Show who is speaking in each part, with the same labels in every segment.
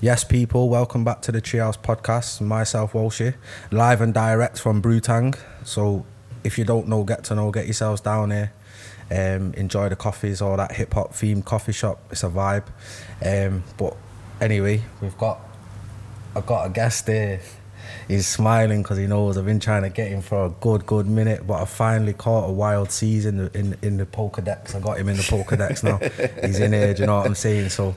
Speaker 1: Yes, people, welcome back to the Treehouse Podcast. Myself, Walshy, live and direct from Brutang. So if you don't know, get to know, get yourselves down here. Um, enjoy the coffees or that hip hop themed coffee shop. It's a vibe. Um, but anyway, we've got I got a guest there. He's smiling because he knows I've been trying to get him for a good, good minute, but I finally caught a wild seas in the in, in the Pokedex. I got him in the Pokedex now. He's in here, do you know what I'm saying? So,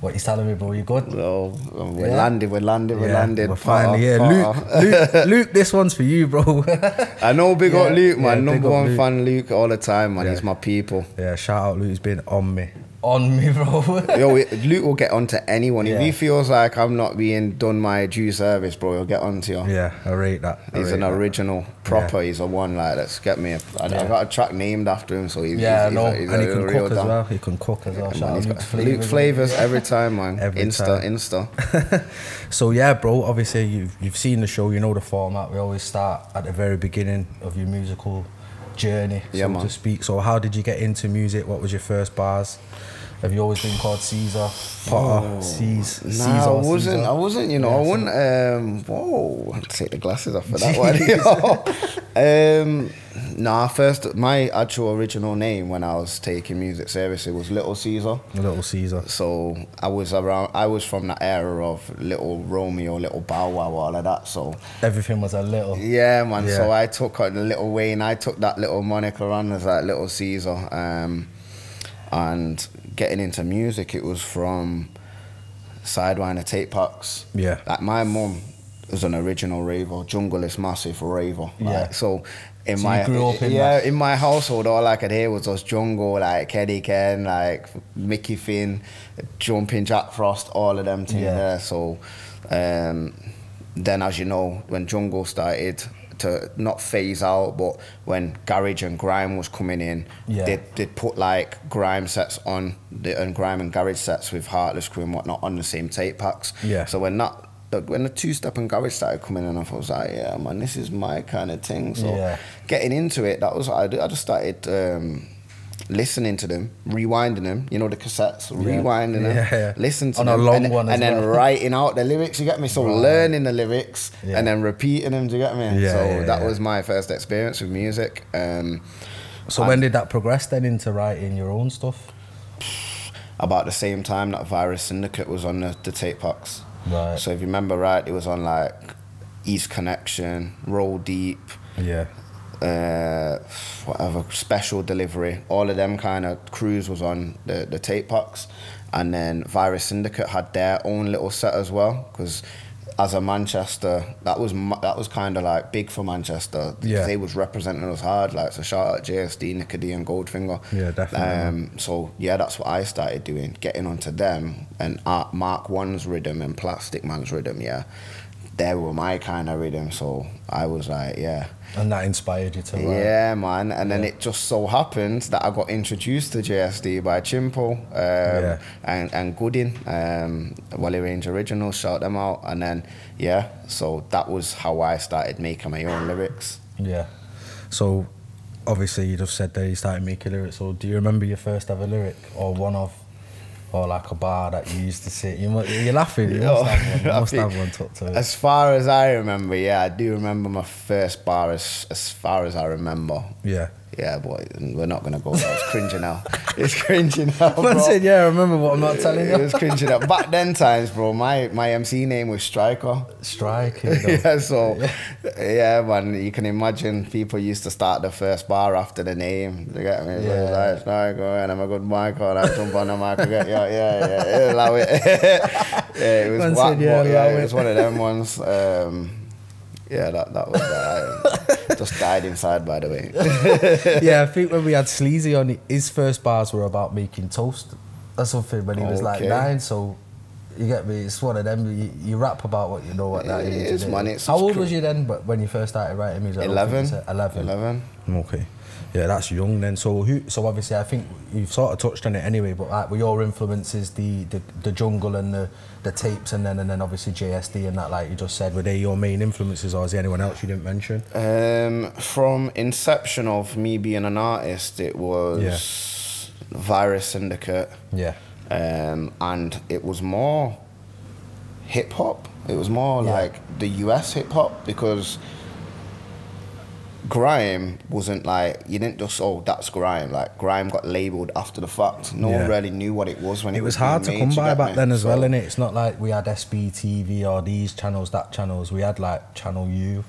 Speaker 1: what you telling me, bro? You good?
Speaker 2: No, we're
Speaker 1: Oh, Yeah.
Speaker 2: landed, we're landed, we're
Speaker 1: Yeah,
Speaker 2: landed.
Speaker 1: We're
Speaker 2: Potter,
Speaker 1: finally here.
Speaker 2: Potter.
Speaker 1: Luke, Luke, Luke, this one's for you, bro.
Speaker 2: I know big
Speaker 1: Yeah,
Speaker 2: up Luke,
Speaker 1: yeah,
Speaker 2: man.
Speaker 1: big
Speaker 2: Number
Speaker 1: up
Speaker 2: one
Speaker 1: Luke.
Speaker 2: fan Luke all the time, man.
Speaker 1: Yeah.
Speaker 2: He's my people.
Speaker 1: yeah, shout out Luke. He's been on me, on me, bro.
Speaker 2: Yo, we- Luke will get onto anyone. If
Speaker 1: Yeah.
Speaker 2: he feels like I'm not being done my due service, bro, he'll get onto you.
Speaker 1: yeah, I rate that. I
Speaker 2: He's
Speaker 1: rate
Speaker 2: an
Speaker 1: that.
Speaker 2: original, proper. He's a one. Like, let's get me. A, I, I
Speaker 1: Yeah.
Speaker 2: got a track named after him, so he's
Speaker 1: Yeah,
Speaker 2: he's,
Speaker 1: no,
Speaker 2: he's a, he's
Speaker 1: and
Speaker 2: a
Speaker 1: he can
Speaker 2: real
Speaker 1: cook as
Speaker 2: dog.
Speaker 1: well. He can cook as well.
Speaker 2: Man,
Speaker 1: Shout out
Speaker 2: he's
Speaker 1: Luke
Speaker 2: got
Speaker 1: Flavors.
Speaker 2: Luke flavors every time, man.
Speaker 1: Every
Speaker 2: Insta,
Speaker 1: time.
Speaker 2: Insta.
Speaker 1: So yeah, bro. Obviously, you've you've seen the show. You know the format. We always start at the very beginning of your musical journey, so
Speaker 2: Yeah, man.
Speaker 1: to speak. So how did you get into music? What was your first bars? Have you always been called Caesar Potter? Caesar.
Speaker 2: Nah, I wasn't. I wasn't. You know, I wouldn't. Um, whoa, I'll take the glasses off for that one. um, nah, first my actual original name when I was taking music seriously was Little Caesar.
Speaker 1: Little Caesar.
Speaker 2: So I was around. I was from that era of Little Romeo, Little Bow Wow, all of that. So
Speaker 1: Everything was a little.
Speaker 2: yeah, man. So
Speaker 1: Yeah.
Speaker 2: I took on the little Wayne. I took that little moniker on as that little Caesar. Um, and getting into music, it was from Sidewinder tape packs.
Speaker 1: Yeah.
Speaker 2: Like my mum was an original raver, junglist, massive raver. Like,
Speaker 1: Yeah.
Speaker 2: So. In
Speaker 1: So you
Speaker 2: my
Speaker 1: grew up in
Speaker 2: yeah,
Speaker 1: that?
Speaker 2: in my household, all I could hear was us jungle, like Eddie Ken, like Mickey Finn, Jumping Jack Frost, all of them things
Speaker 1: Yeah.
Speaker 2: there. So um, then, as you know, when jungle started to not phase out, but when garage and grime was coming in,
Speaker 1: Yeah.
Speaker 2: they they put like grime sets on the and grime and garage sets with Heartless Crew and whatnot on the same tape packs.
Speaker 1: Yeah.
Speaker 2: So when that the- when the two step and garage started coming in, I was like, yeah, man, this is my kind of thing. So
Speaker 1: Yeah.
Speaker 2: getting into it, that was what I did. I just started. Um, Listening to them, rewinding them, you know the cassettes, rewinding them,
Speaker 1: Yeah, yeah.
Speaker 2: listen to
Speaker 1: On a
Speaker 2: them,
Speaker 1: long
Speaker 2: and,
Speaker 1: one as
Speaker 2: and then
Speaker 1: well.
Speaker 2: writing out the lyrics. You get me? So learning the lyrics
Speaker 1: Yeah.
Speaker 2: and then repeating them. Do you get me?
Speaker 1: Yeah,
Speaker 2: so
Speaker 1: yeah,
Speaker 2: that
Speaker 1: yeah.
Speaker 2: was my first experience with music. Um,
Speaker 1: So when did that progress then into writing your own stuff?
Speaker 2: about the same time that Virus Syndicate was on the, the tape box.
Speaker 1: Right.
Speaker 2: So if you remember right, it was on like East Connection, Roll Deep,
Speaker 1: Yeah.
Speaker 2: uh, whatever, Special Delivery. All of them kind of crews was on the, the tape box. And then Virus Syndicate had their own little set as well because as a Manchester, that was ma- that was kind of like big for Manchester. 'cause
Speaker 1: Yeah.
Speaker 2: They was representing us hard. Like, so shout out JSD, Nicody and Goldfinger.
Speaker 1: Yeah, definitely, man.
Speaker 2: Um, so yeah, that's what I started doing, getting onto them and Art Mark One's rhythm and Plastic Man's rhythm. Yeah, they were my kind of rhythm. So I was like, yeah,
Speaker 1: And that inspired you to write.
Speaker 2: yeah, man. And then
Speaker 1: Yeah.
Speaker 2: it just so happened that I got introduced to JSD by Chimpo um,
Speaker 1: Yeah.
Speaker 2: and and Goodin, um, Wally Range Original. Shout them out, and then yeah, so that was how I started making my own lyrics.
Speaker 1: Yeah. So obviously you just said that you started making lyrics. So do you remember your first ever lyric or one of or like a bar that you used to sit? You must, you're laughing. You must have one. You must have one tucked to it.
Speaker 2: As far as I remember, yeah, I do remember my first bar as, as far as I remember.
Speaker 1: Yeah.
Speaker 2: Yeah, boy, we're not going to go there. It's cringing now. It's cringing now.
Speaker 1: Man
Speaker 2: Oh, bro.
Speaker 1: said, yeah, I remember what I'm not telling
Speaker 2: It
Speaker 1: you.
Speaker 2: was cringing now. Back then times, bro, my, my MC name was Striker.
Speaker 1: Striking. though.
Speaker 2: yeah, so, yeah, man, you can imagine people used to start the first bar after the name. You get me? So it was
Speaker 1: Yeah.
Speaker 2: like, Striker, and I'm a good mic, and I jump on the mic, I get, yeah, yeah, yeah, yeah, allow it. yeah, it was,
Speaker 1: Man
Speaker 2: whack,
Speaker 1: said, yeah,
Speaker 2: but, yeah,
Speaker 1: allow
Speaker 2: it
Speaker 1: it.
Speaker 2: was one of them ones. Um, yeah, that, that was that. I just died inside, by the way.
Speaker 1: yeah, I think when we had Sleazy on, it, his first bars were about making toast or something when he was like
Speaker 2: Okay.
Speaker 1: nine. So you get me? It's one of them. You, you rap about what you know what that
Speaker 2: It
Speaker 1: is.
Speaker 2: is,
Speaker 1: innit?
Speaker 2: man, it's
Speaker 1: How
Speaker 2: such
Speaker 1: old
Speaker 2: cr-
Speaker 1: was you then? But when you first started writing music, I don't think you
Speaker 2: 11?
Speaker 1: said- eleven.
Speaker 2: 11.
Speaker 1: Okay. Yeah, that's young then. So who? So obviously, I think you've sort of touched on it anyway. But like, were your influences the, the the jungle and the the tapes, and then and then obviously JSD and that, like you just said, were they your main influences, or is there anyone else you didn't mention?
Speaker 2: Um, from inception of me being an artist, it was Virus Syndicate,
Speaker 1: Yeah.
Speaker 2: um, and it was more hip hop. It was more
Speaker 1: Yeah.
Speaker 2: like the US hip hop because grime wasn't like you didn't just oh that's grime like grime got labeled after the fact. No one
Speaker 1: Yeah.
Speaker 2: really knew what it was when it,
Speaker 1: It was
Speaker 2: being
Speaker 1: hard to
Speaker 2: made,
Speaker 1: come
Speaker 2: you
Speaker 1: by
Speaker 2: get
Speaker 1: back
Speaker 2: me?
Speaker 1: then as well,
Speaker 2: So-
Speaker 1: innit? It's not like we had SBTV or these channels, that channels. We had like Channel U,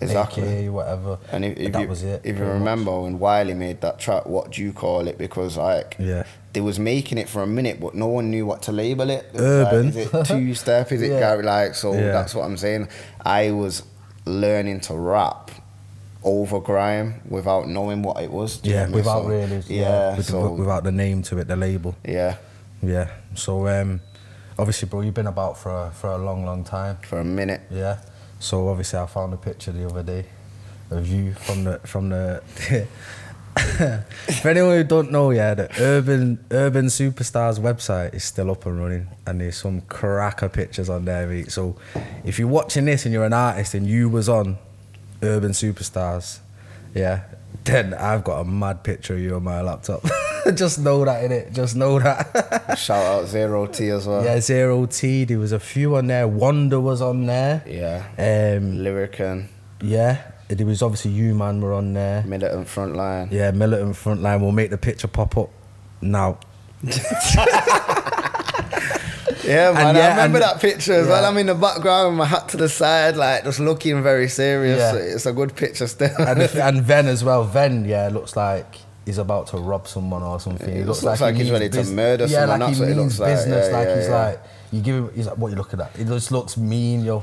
Speaker 2: Exactly.
Speaker 1: AKA, whatever.
Speaker 2: And if, if
Speaker 1: that
Speaker 2: you,
Speaker 1: was it.
Speaker 2: if you
Speaker 1: pretty much.
Speaker 2: remember when Wiley made that track, what do you call it? Because like
Speaker 1: Yeah.
Speaker 2: they was making it for a minute, but no one knew what to label it. It was
Speaker 1: Urban.
Speaker 2: Like, is it two step? Is it
Speaker 1: Yeah.
Speaker 2: Gary? Like so
Speaker 1: Yeah.
Speaker 2: that's what I'm saying. I was learning to rap over grime without knowing what it was. do you
Speaker 1: yeah,
Speaker 2: know what I mean?
Speaker 1: without
Speaker 2: So,
Speaker 1: really, yeah,
Speaker 2: yeah,
Speaker 1: with-
Speaker 2: so,
Speaker 1: without the name to it, the label.
Speaker 2: yeah,
Speaker 1: Yeah. So um, obviously, bro, you've been about for a, for a long, long time.
Speaker 2: for a minute.
Speaker 1: Yeah. So obviously, I found a picture the other day of you from the from the. For anyone who don't know, yeah, the Urban Urban Superstars website is still up and running, and there's some cracker pictures on there, mate. So if you're watching this and you're an artist and you was on Urban Superstars, yeah, then I've got a mad picture of you on my laptop. Just know that in it. Just know that.
Speaker 2: Shout out Zero T as well.
Speaker 1: yeah, zero T. There was a few on there. Wonder was on there.
Speaker 2: yeah.
Speaker 1: Um,
Speaker 2: Lyrican,
Speaker 1: yeah, there was obviously you, man, were on there.
Speaker 2: militant frontline.
Speaker 1: Yeah, Militant Frontline. We'll make the picture pop up now.
Speaker 2: Yeah, man.
Speaker 1: yeah,
Speaker 2: I remember
Speaker 1: and-
Speaker 2: that picture as well.
Speaker 1: yeah.
Speaker 2: I'm in the background with my hat to the side, like just looking very serious.
Speaker 1: Yeah.
Speaker 2: It's a good picture still.
Speaker 1: And, if, and Ven as well. Ven, yeah, looks like he's about to rob someone or something.
Speaker 2: It looks like
Speaker 1: he means
Speaker 2: he's ready to murder
Speaker 1: yeah,
Speaker 2: someone,
Speaker 1: Like
Speaker 2: that's
Speaker 1: he
Speaker 2: what it
Speaker 1: means
Speaker 2: looks like.
Speaker 1: business.
Speaker 2: Yeah,
Speaker 1: like
Speaker 2: yeah,
Speaker 1: he's
Speaker 2: yeah.
Speaker 1: like, you give him, he's like, what you looking at? It just looks mean, yo.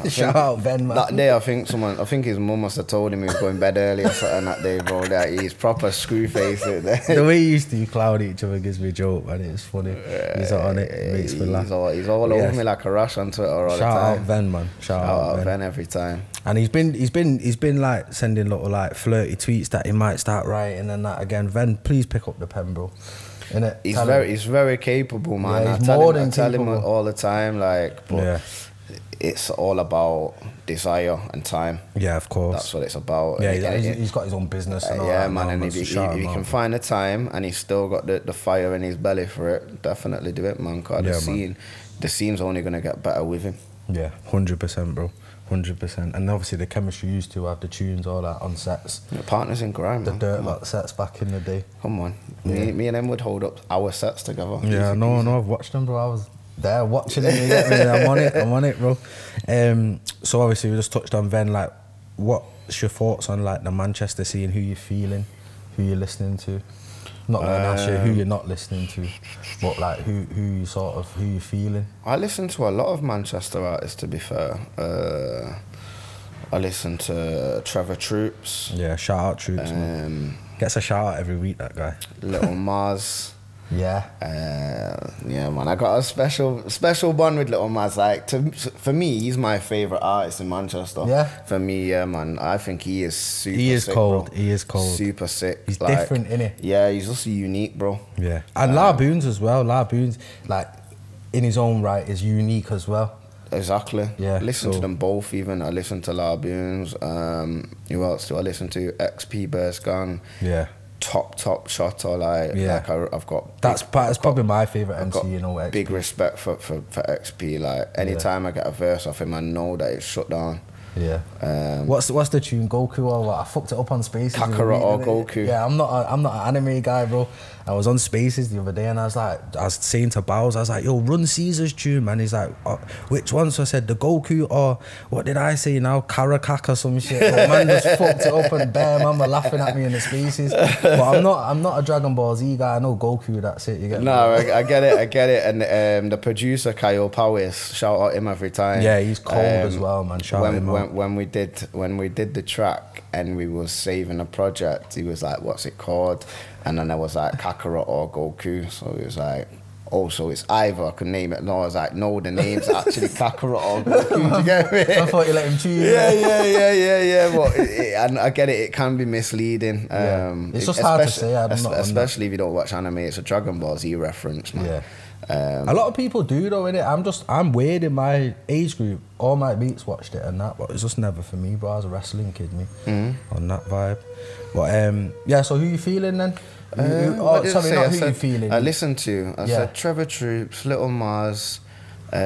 Speaker 1: Shout out Ven, man.
Speaker 2: that day, I think someone, I think his mum must have told him he was going to bed early or something that day, bro. That he's proper screw faced there.
Speaker 1: the way you used to clown each other gives me a joke, man. It's funny. He's on it. It makes me
Speaker 2: He's
Speaker 1: laugh.
Speaker 2: all, he's all
Speaker 1: Yeah.
Speaker 2: over me like a rash on Twitter all
Speaker 1: Shout
Speaker 2: the time.
Speaker 1: out Ven, man. Shout,
Speaker 2: Shout
Speaker 1: out
Speaker 2: out
Speaker 1: Ven.
Speaker 2: Ben every time.
Speaker 1: And he's been he's been he's been like sending little like flirty tweets that he might start writing and that again. Ven, please pick up the pen, bro. Innit?
Speaker 2: He's
Speaker 1: Tell him.
Speaker 2: very, he's very capable, man.
Speaker 1: Yeah,
Speaker 2: I
Speaker 1: he's
Speaker 2: tell
Speaker 1: more
Speaker 2: him,
Speaker 1: than
Speaker 2: I tell him
Speaker 1: capable.
Speaker 2: all the time, like, but
Speaker 1: Yeah.
Speaker 2: it's all about desire and time.
Speaker 1: Yeah, of course.
Speaker 2: That's what it's about.
Speaker 1: yeah,
Speaker 2: And
Speaker 1: he's,
Speaker 2: it-
Speaker 1: he's-
Speaker 2: it-
Speaker 1: he's got his own business. And
Speaker 2: Uh,
Speaker 1: all
Speaker 2: yeah,
Speaker 1: that
Speaker 2: man,
Speaker 1: now,
Speaker 2: and if,
Speaker 1: so
Speaker 2: you
Speaker 1: shout
Speaker 2: if
Speaker 1: him
Speaker 2: you can
Speaker 1: out.
Speaker 2: find the time and he's still got the, the fire in his belly for it, definitely do it, man. Cause
Speaker 1: Yeah,
Speaker 2: the
Speaker 1: man.
Speaker 2: scene, the scene's only gonna get better with him.
Speaker 1: Yeah, hundred percent, bro, hundred percent. And obviously the chemistry you used to have the tunes, all that on sets,
Speaker 2: The partners in grime,
Speaker 1: the
Speaker 2: man.
Speaker 1: dirt lot sets back in the day.
Speaker 2: Come on, me, me and them would hold up our sets together.
Speaker 1: Yeah,
Speaker 2: Easy
Speaker 1: no,
Speaker 2: peasy.
Speaker 1: no, I've watched them, bro. I was there watching them. you get me? I'm on it. I'm on it, bro. Um, so obviously we just touched on Ven. Like, what's your thoughts on like the Manchester scene? Who you feeling? Who you listening to? Not gonna ask you who you're not listening to, but like who who you sort of who you feeling?
Speaker 2: I listen to a lot of Manchester artists. To be fair, uh, I listen to Trevor Troops,
Speaker 1: Yeah, shout out troops, man.
Speaker 2: um,
Speaker 1: Gets a shout out every week. That guy.
Speaker 2: Little Mars.
Speaker 1: Yeah.
Speaker 2: Uh, yeah, man, I got a special special bond with Little Mas. Like, to, for me, he's my favorite artist in Manchester.
Speaker 1: Yeah.
Speaker 2: For me, yeah, man, I think he is super.
Speaker 1: He is
Speaker 2: sick,
Speaker 1: cold.
Speaker 2: bro.
Speaker 1: He is cold.
Speaker 2: Super sick.
Speaker 1: He's different, innit?
Speaker 2: Yeah, he's just unique, bro.
Speaker 1: Yeah, and Laboons as well. Laboons, like in his own right, is unique as well.
Speaker 2: Exactly.
Speaker 1: Yeah,
Speaker 2: Listen
Speaker 1: so-
Speaker 2: to them both. Even I listen to Laboons. Um, who else do I listen to? XP Burst Gang.
Speaker 1: Yeah.
Speaker 2: Top top shotter. Like,
Speaker 1: Yeah.
Speaker 2: like I, I've got
Speaker 1: That's pa- that's probably my favorite
Speaker 2: I've
Speaker 1: MC.
Speaker 2: got
Speaker 1: You know, XP.
Speaker 2: big respect for, for, for XP. Like anytime I get a verse off him, I know that it's shut down.
Speaker 1: Yeah.
Speaker 2: Um,
Speaker 1: What's what's the tune? Goku or what? I fucked it up on Spaces. the other
Speaker 2: Kakarot or
Speaker 1: week, innit?
Speaker 2: Goku?
Speaker 1: Yeah, I'm not a, I'm not an anime guy, bro. I was on Spaces the other day and I was like, I was saying to Bowles, I was like, yo, run Caesar's tune, man. He's like, "Uh, which one? So I said the Goku or what did I say now? Karakaka or some shit. Yo, man just fucked it up and bear man were laughing at me in the Spaces. But I'm not I'm not a Dragon Ball Z guy. I know Goku. That's it. You get me?
Speaker 2: no, I, I get it, I get it. And um, the producer Kyle Powis, shout out him every time. Um,
Speaker 1: Yeah, he's cold as well, man. Shout
Speaker 2: when,
Speaker 1: him out.
Speaker 2: when, When we did when we did the track and we was saving a project, he was like, "What's it called?" And then I was like, "Kakarot or Goku." So he was like. Oh, so it's either I could name it. No, I was like, no, the name's actually Kakarot or Goku. Do you get me?
Speaker 1: I thought you let him choose.
Speaker 2: yeah, yeah, yeah, yeah, yeah. But it, it, and I get it. It can be misleading.
Speaker 1: Yeah.
Speaker 2: Um,
Speaker 1: It's
Speaker 2: it-
Speaker 1: just hard to
Speaker 2: especially-
Speaker 1: say, I'm
Speaker 2: es-
Speaker 1: not- I'm not-
Speaker 2: especially if you don't watch anime. It's a Dragon Ball Z reference, man.
Speaker 1: Yeah.
Speaker 2: Um,
Speaker 1: A lot of people do though, innit? I'm just I'm weird in my age group. All my mates watched it and that, but it's just never for me, bro. I was a wrestling kid, me
Speaker 2: Mm-hmm.
Speaker 1: on that vibe. But um, yeah. So who you feeling then? Who- who-
Speaker 2: um,
Speaker 1: oh,
Speaker 2: what did I
Speaker 1: sorry,
Speaker 2: say?
Speaker 1: not
Speaker 2: I
Speaker 1: who you
Speaker 2: said-
Speaker 1: feeling.
Speaker 2: I listened to. I
Speaker 1: Yeah.
Speaker 2: said Trevor Troops, Little Mars, uh,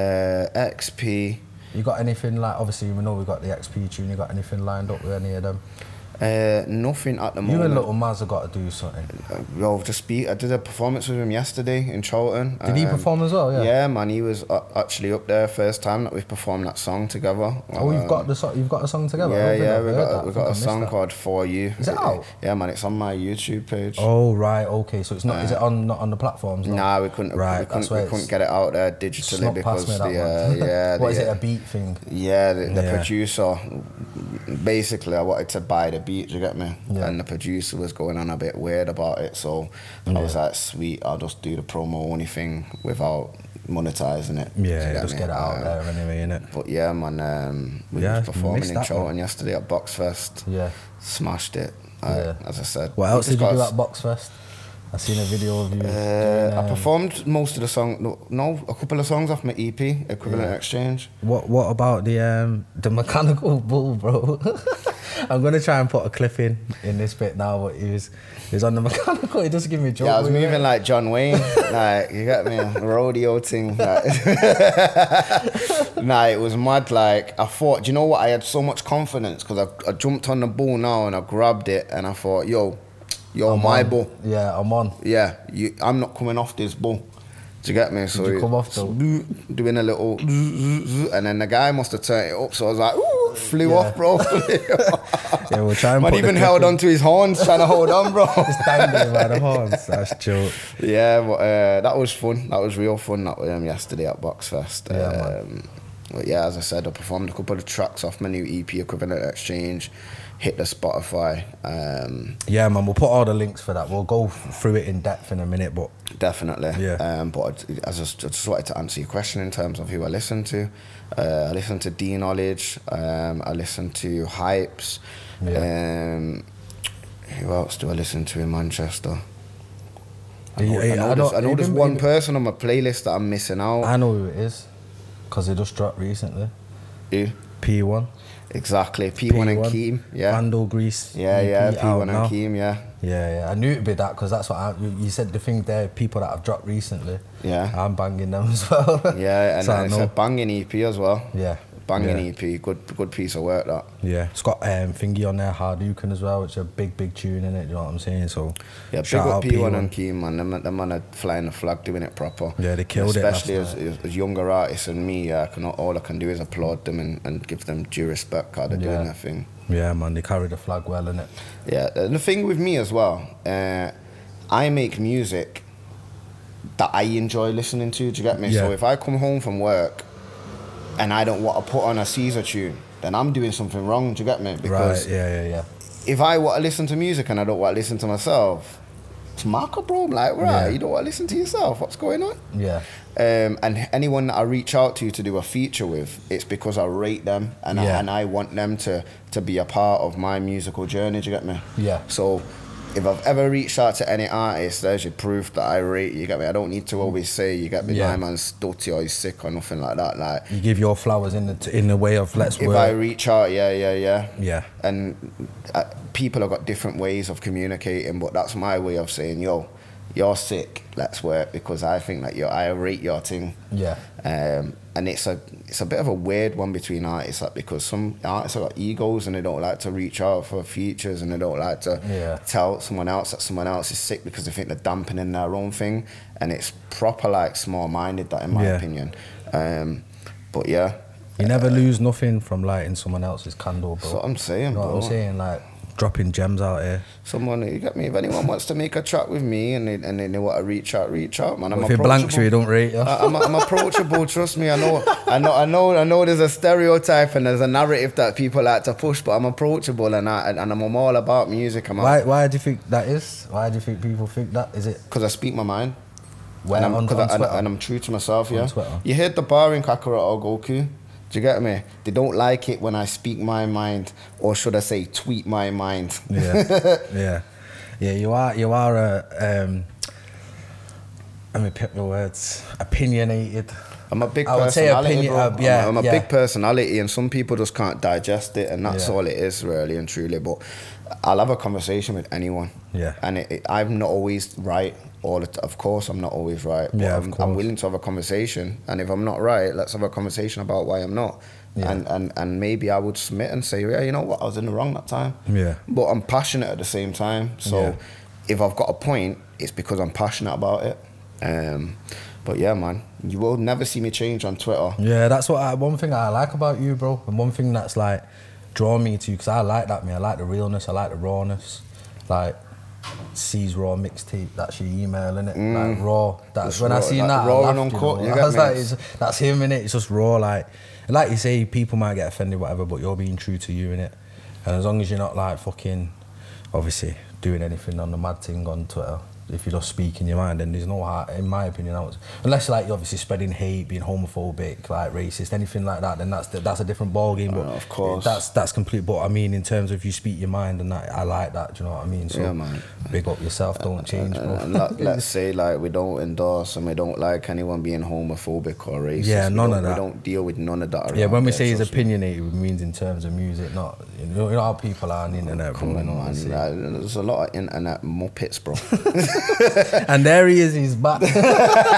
Speaker 2: XP.
Speaker 1: You got anything like? Obviously, we know we got the XP tune. You got anything lined up with any of them?
Speaker 2: Uh, nothing at the moment.
Speaker 1: You and Little Maz have got to do something.
Speaker 2: Uh, Well, just be. I did a performance with him yesterday in Charlton.
Speaker 1: Did he
Speaker 2: Um,
Speaker 1: perform as well? Yeah.
Speaker 2: Yeah, man, he was uh, actually up there first time that we've performed that song together.
Speaker 1: Oh, you've
Speaker 2: Um,
Speaker 1: got the so- you've got a song together. I
Speaker 2: Yeah,
Speaker 1: don't think
Speaker 2: yeah,
Speaker 1: I've
Speaker 2: we
Speaker 1: heard that.
Speaker 2: got
Speaker 1: I
Speaker 2: we
Speaker 1: think I
Speaker 2: got a
Speaker 1: missed
Speaker 2: song
Speaker 1: that.
Speaker 2: called "For You."
Speaker 1: Is it out?
Speaker 2: Yeah, man, it's on my YouTube page.
Speaker 1: Oh right, okay. So it's not. is it on? Not on the platforms? No.
Speaker 2: Nah, we couldn't.
Speaker 1: Right,
Speaker 2: we
Speaker 1: that's
Speaker 2: couldn't,
Speaker 1: where
Speaker 2: we couldn't
Speaker 1: it's
Speaker 2: get it out there digitally
Speaker 1: Snuck
Speaker 2: because
Speaker 1: past me
Speaker 2: the
Speaker 1: that
Speaker 2: uh,
Speaker 1: one.
Speaker 2: yeah,
Speaker 1: what
Speaker 2: the,
Speaker 1: is it?
Speaker 2: uh,
Speaker 1: A beat thing?
Speaker 2: Yeah, the, the
Speaker 1: Yeah.
Speaker 2: producer. Basically, I wanted to buy the beat. You get me?
Speaker 1: Yeah.
Speaker 2: And the producer was going on a bit weird about it, so I was like, "Sweet, I'll just do the promo only thing without monetizing it." Do you
Speaker 1: Yeah,
Speaker 2: get
Speaker 1: just
Speaker 2: me?
Speaker 1: get it out
Speaker 2: Uh,
Speaker 1: there anyway, innit?
Speaker 2: But yeah, man, um, we
Speaker 1: Yeah,
Speaker 2: was performing
Speaker 1: missed
Speaker 2: in
Speaker 1: that one.
Speaker 2: Charlton yesterday at Boxfest.
Speaker 1: Yeah.
Speaker 2: Smashed it. I,
Speaker 1: Yeah.
Speaker 2: As I said.
Speaker 1: What else
Speaker 2: We
Speaker 1: did
Speaker 2: just
Speaker 1: you
Speaker 2: got
Speaker 1: do
Speaker 2: a-
Speaker 1: at Boxfest? I seen a video of you.
Speaker 2: Uh, I
Speaker 1: doing, um,
Speaker 2: performed most of the song. No, no, a couple of songs off my EP, Equivalent Exchange.
Speaker 1: What What about the um the mechanical bull, bro? I'm gonna try and put a clip in in this bit now, but he was he was on the mechanical. He doesn't give me a joke.
Speaker 2: Yeah, I was
Speaker 1: with it.
Speaker 2: moving like John Wayne, like you got me, rodeo thing. Like. nah, it was mad. Like I thought, do you know what? I had so much confidence because I, I jumped on the ball now and I grabbed it and I thought, yo, yo,
Speaker 1: I'm
Speaker 2: my
Speaker 1: on.
Speaker 2: ball.
Speaker 1: Yeah, I'm on.
Speaker 2: yeah, you, I'm not coming off this ball. Do you get me? So
Speaker 1: you
Speaker 2: it-
Speaker 1: come off though?
Speaker 2: Doing a little, and then the guy must have turned it up. So I was like, ooh, flew
Speaker 1: Yeah.
Speaker 2: off, bro.
Speaker 1: Yeah, we'll try and
Speaker 2: man,
Speaker 1: put the
Speaker 2: even
Speaker 1: clip
Speaker 2: held
Speaker 1: in.
Speaker 2: on to his horns, trying to hold on, bro.
Speaker 1: It's dangling by the horns. That's joke.
Speaker 2: yeah, but uh, that was fun. That was real fun. That was um, yesterday at Boxfest.
Speaker 1: Yeah, man.
Speaker 2: um, but yeah, as I said, I performed a couple of tracks off my new EP, Equivalent Exchange. Hit the Spotify. Um,
Speaker 1: Yeah, man. We'll put all the links for that. We'll go f- through it in depth in a minute, but
Speaker 2: Definitely.
Speaker 1: Yeah.
Speaker 2: Um, but I, I, just, I just wanted to answer your question in terms of who I listen to. Uh, I listen to D Knowledge. Um, I listen to Hypes.
Speaker 1: Yeah.
Speaker 2: Um, who else do I listen to in Manchester? I
Speaker 1: Yeah,
Speaker 2: know, I
Speaker 1: yeah,
Speaker 2: know
Speaker 1: I
Speaker 2: there's,
Speaker 1: don't-
Speaker 2: I know
Speaker 1: you
Speaker 2: there's
Speaker 1: didn't-
Speaker 2: one person on my playlist that I'm missing out.
Speaker 1: I know who it is because it just dropped recently.
Speaker 2: Who?
Speaker 1: P1,
Speaker 2: Exactly. P1, and Keem. Yeah.
Speaker 1: Vandal Grease.
Speaker 2: yeah, yeah.
Speaker 1: EP out
Speaker 2: P1 and
Speaker 1: now.
Speaker 2: Keem. Yeah.
Speaker 1: Yeah, yeah, I knew it'd be that because that's what I, you- you said. The thing there, people that I've dropped recently.
Speaker 2: Yeah.
Speaker 1: I'm banging them as well.
Speaker 2: Yeah, and
Speaker 1: so I
Speaker 2: it's
Speaker 1: know.
Speaker 2: a banging EP as well.
Speaker 1: Yeah.
Speaker 2: Banging e-
Speaker 1: Yeah.
Speaker 2: EP. Good, good piece of work that.
Speaker 1: yeah, it's got um, Thingy on there, Hardukan as well, which is a big, big tune in it. You know what I'm saying? So
Speaker 2: Yeah, big
Speaker 1: shout
Speaker 2: up
Speaker 1: out
Speaker 2: P1, and Keem, man. Them, them man are flying the flag, doing it proper.
Speaker 1: Yeah, they killed it
Speaker 2: Especially
Speaker 1: last
Speaker 2: as, as, as younger artists and me, yeah, I can, all I can do is applaud them and, and give them due respect because they're
Speaker 1: Yeah.
Speaker 2: doing their thing.
Speaker 1: Yeah, man, they carry the flag well in it.
Speaker 2: Yeah, and the thing with me as well, uh, I make music that I enjoy listening to, do you get me? So
Speaker 1: Yeah.
Speaker 2: if I come home from work and I don't want to put on a Caesar tune, then I'm doing something wrong, do you get me?
Speaker 1: Right? Yeah, yeah, yeah.
Speaker 2: if I want to listen to music and I don't want to listen to myself, it's Marco, bro. I'm like, right,
Speaker 1: Yeah.
Speaker 2: you don't want to listen to yourself. What's going on?
Speaker 1: Yeah,
Speaker 2: Um, and anyone that I reach out to to do a feature with, it's because I rate them and, I,
Speaker 1: Yeah.
Speaker 2: and I want them to, to be a part of my musical journey. Do you get me?
Speaker 1: Yeah.
Speaker 2: So if I've ever reached out to any artist, there's your proof that I rate you. You get me? I don't need to always say, you get me,
Speaker 1: Yeah.
Speaker 2: my man's dirty or he's sick or nothing like that. Like,
Speaker 1: you give your flowers in the t- in the way of let's
Speaker 2: if
Speaker 1: work.
Speaker 2: I reach out, yeah, yeah, yeah.
Speaker 1: Yeah.
Speaker 2: And uh, people have got different ways of communicating, but that's my way of saying, yo, you're sick, let's work, because I think that you're, I rate your thing.
Speaker 1: Yeah.
Speaker 2: Um, and it's a it's a bit of a weird one between artists, like because some artists have got egos and they don't like to reach out for features and they don't like to
Speaker 1: Yeah.
Speaker 2: tell someone else that someone else is sick because they think they're dampening their own thing, and it's proper like small minded that in my
Speaker 1: Yeah.
Speaker 2: opinion. Um, but yeah,
Speaker 1: you never lose nothing from lighting someone else's candle, bro.
Speaker 2: that's what I'm saying,
Speaker 1: you know what
Speaker 2: bro.
Speaker 1: I'm saying? Like dropping gems out here.
Speaker 2: Someone, you get me. If anyone wants to make a track with me and they, and they, want to reach out, reach out, man. I'm
Speaker 1: If it blanks you, it
Speaker 2: approachable. Uh,
Speaker 1: don't rate you.
Speaker 2: I- I'm, I'm approachable. Trust me. I know. I know. I know. I know. There's a stereotype and there's a narrative that people like to push, but I'm approachable and I and, and I'm all about music. I'm
Speaker 1: Why, why do you think that is? Why do you think people think that? Is it
Speaker 2: because I speak my mind.
Speaker 1: where
Speaker 2: and, I'm,
Speaker 1: on,
Speaker 2: 'cause
Speaker 1: on
Speaker 2: I- and,
Speaker 1: Twitter?
Speaker 2: and I'm true to myself, yeah.
Speaker 1: Twitter.
Speaker 2: You heard the bar in Kakarot or Goku. Do you get me? They don't like it when I speak my mind, or should I say, tweet my mind.
Speaker 1: yeah, yeah, yeah. You are you are a um, let me pick my words. Opinionated.
Speaker 2: I'm a big
Speaker 1: I would say
Speaker 2: personality,
Speaker 1: opinion-
Speaker 2: bro.
Speaker 1: uh, yeah,
Speaker 2: I'm a, I'm a
Speaker 1: yeah.
Speaker 2: big personality, and some people just can't digest it, and that's
Speaker 1: Yeah.
Speaker 2: all it is, really and truly. But I'll have a conversation with anyone.
Speaker 1: Yeah.
Speaker 2: And it, it, I'm not always right. all the t- of course I'm not always right. But
Speaker 1: Yeah, of
Speaker 2: I'm, I'm
Speaker 1: course.
Speaker 2: willing to have a conversation, and if I'm not right, let's have a conversation about why I'm not.
Speaker 1: Yeah.
Speaker 2: And, and and maybe I would submit and say, yeah, you know what, I was in the wrong that time.
Speaker 1: Yeah.
Speaker 2: But I'm passionate at the same time, so
Speaker 1: Yeah.
Speaker 2: if I've got a point, it's because I'm passionate about it. Um, but yeah, man, you will never see me change on Twitter.
Speaker 1: Yeah, that's what I, one thing I like about you, bro, and one thing that's like drawn me to you because I like that, man. I like the realness, I like the rawness, like. C's Raw mixtape, that's your email, innit? Like raw. That's
Speaker 2: Mm. It's
Speaker 1: when I
Speaker 2: raw,
Speaker 1: seen
Speaker 2: like
Speaker 1: that. I
Speaker 2: raw and
Speaker 1: laughed,
Speaker 2: uncut,
Speaker 1: You
Speaker 2: you
Speaker 1: know? I
Speaker 2: get
Speaker 1: was
Speaker 2: me?
Speaker 1: like, it's- that's him, innit? It's just raw. Like, like you say, people might get offended, whatever, but you're being true to you, innit? And as long as you're not like fucking, obviously, doing anything on the mad thing on Twitter, if you're just speaking your mind, then there's no heart, in my opinion. I was, unless like you're obviously spreading hate, being homophobic, like racist, anything like that, then that's the, that's a different ballgame. But
Speaker 2: Oh, of course.
Speaker 1: that's that's complete. But I mean, in terms of you speak your mind and that, I like that. Do you know what I mean? So
Speaker 2: Yeah, man. Uh,
Speaker 1: big up yourself. Don't change,
Speaker 2: And,
Speaker 1: bro.
Speaker 2: and let, let's say like we don't endorse and we don't like anyone being homophobic or racist.
Speaker 1: Yeah,
Speaker 2: We
Speaker 1: none
Speaker 2: don't-
Speaker 1: of that.
Speaker 2: We don't deal with none of that.
Speaker 1: Yeah,
Speaker 2: around
Speaker 1: when we
Speaker 2: here,
Speaker 1: say he's
Speaker 2: trust me.
Speaker 1: opinionated, it means in terms of music, not you know, you know how people are on the internet. bro,
Speaker 2: Come
Speaker 1: you
Speaker 2: on,
Speaker 1: know what I'm
Speaker 2: man.
Speaker 1: saying?
Speaker 2: Like, there's a lot of internet muppets, bro.
Speaker 1: and there he is, he's back.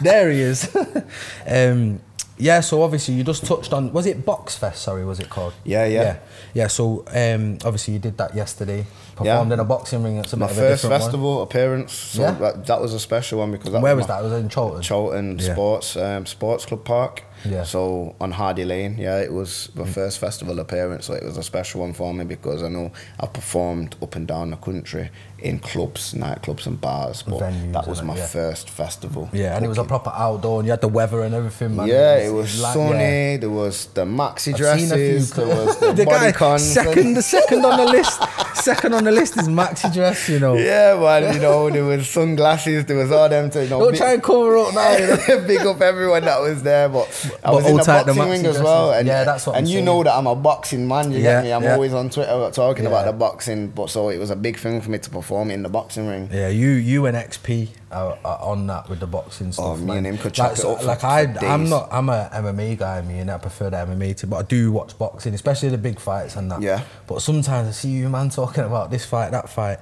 Speaker 1: there he is. um, yeah, so obviously you just touched on was it Box Fest? Sorry, was it called?
Speaker 2: Yeah, yeah.
Speaker 1: yeah. Yeah, So um, obviously you did that yesterday. Performed in a boxing ring. It's a
Speaker 2: My
Speaker 1: bit of
Speaker 2: first
Speaker 1: a different
Speaker 2: festival appearance. So
Speaker 1: Yeah.
Speaker 2: that, that was a special one because that
Speaker 1: One. Where was
Speaker 2: my-
Speaker 1: that? Was it in Cholton?
Speaker 2: Cholton
Speaker 1: Yeah.
Speaker 2: Sports um, Sports Club Park.
Speaker 1: Yeah. Mm.
Speaker 2: So on Hardy Lane, yeah, it was my first festival appearance, so it was a special one for me because I know I performed up and down the country in clubs, nightclubs and bars, but
Speaker 1: Venues
Speaker 2: that was
Speaker 1: and
Speaker 2: my
Speaker 1: that, yeah.
Speaker 2: first festival.
Speaker 1: Yeah, and it was a
Speaker 2: Fucking-
Speaker 1: proper outdoor, and you had the weather and everything, man.
Speaker 2: yeah, it was
Speaker 1: like-
Speaker 2: sunny.
Speaker 1: yeah.
Speaker 2: There was the maxi
Speaker 1: I've seen a few
Speaker 2: dresses.
Speaker 1: cl-
Speaker 2: There was the,
Speaker 1: the
Speaker 2: body
Speaker 1: guy
Speaker 2: cons and-
Speaker 1: second, the second on the list. Second on the list is maxi dress. You know,
Speaker 2: Yeah, man. You know, there was sunglasses. There was all them things. You know,
Speaker 1: don't
Speaker 2: big-
Speaker 1: try and cover up now. you know.
Speaker 2: big up everyone that was there, but I
Speaker 1: But
Speaker 2: was in
Speaker 1: all
Speaker 2: the
Speaker 1: tight, the
Speaker 2: boxing ring
Speaker 1: maxi
Speaker 2: as well.
Speaker 1: dresses.
Speaker 2: And,
Speaker 1: Yeah, that's what
Speaker 2: And
Speaker 1: I'm
Speaker 2: you
Speaker 1: saying.
Speaker 2: know that I'm a boxing man. You
Speaker 1: Yeah,
Speaker 2: get me? I'm
Speaker 1: yeah.
Speaker 2: always on Twitter talking about
Speaker 1: Yeah.
Speaker 2: the boxing, but so it was a big thing for me to perform in the boxing ring.
Speaker 1: Yeah, you you and XP are, are on that with the boxing stuff.
Speaker 2: Oh, me
Speaker 1: man.
Speaker 2: and him could
Speaker 1: like,
Speaker 2: chop it
Speaker 1: so-
Speaker 2: up for-
Speaker 1: like I,
Speaker 2: for
Speaker 1: I'm
Speaker 2: days.
Speaker 1: not. I'm a MMA guy. Me and I prefer the MMA too, but I do watch boxing, especially the big fights and that.
Speaker 2: Yeah.
Speaker 1: But sometimes I see you man talking about this fight, that fight.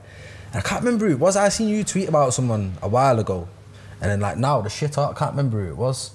Speaker 1: And I can't remember who it was. I seen you tweet about someone a while ago, and then like now the shit out. I can't remember who it was.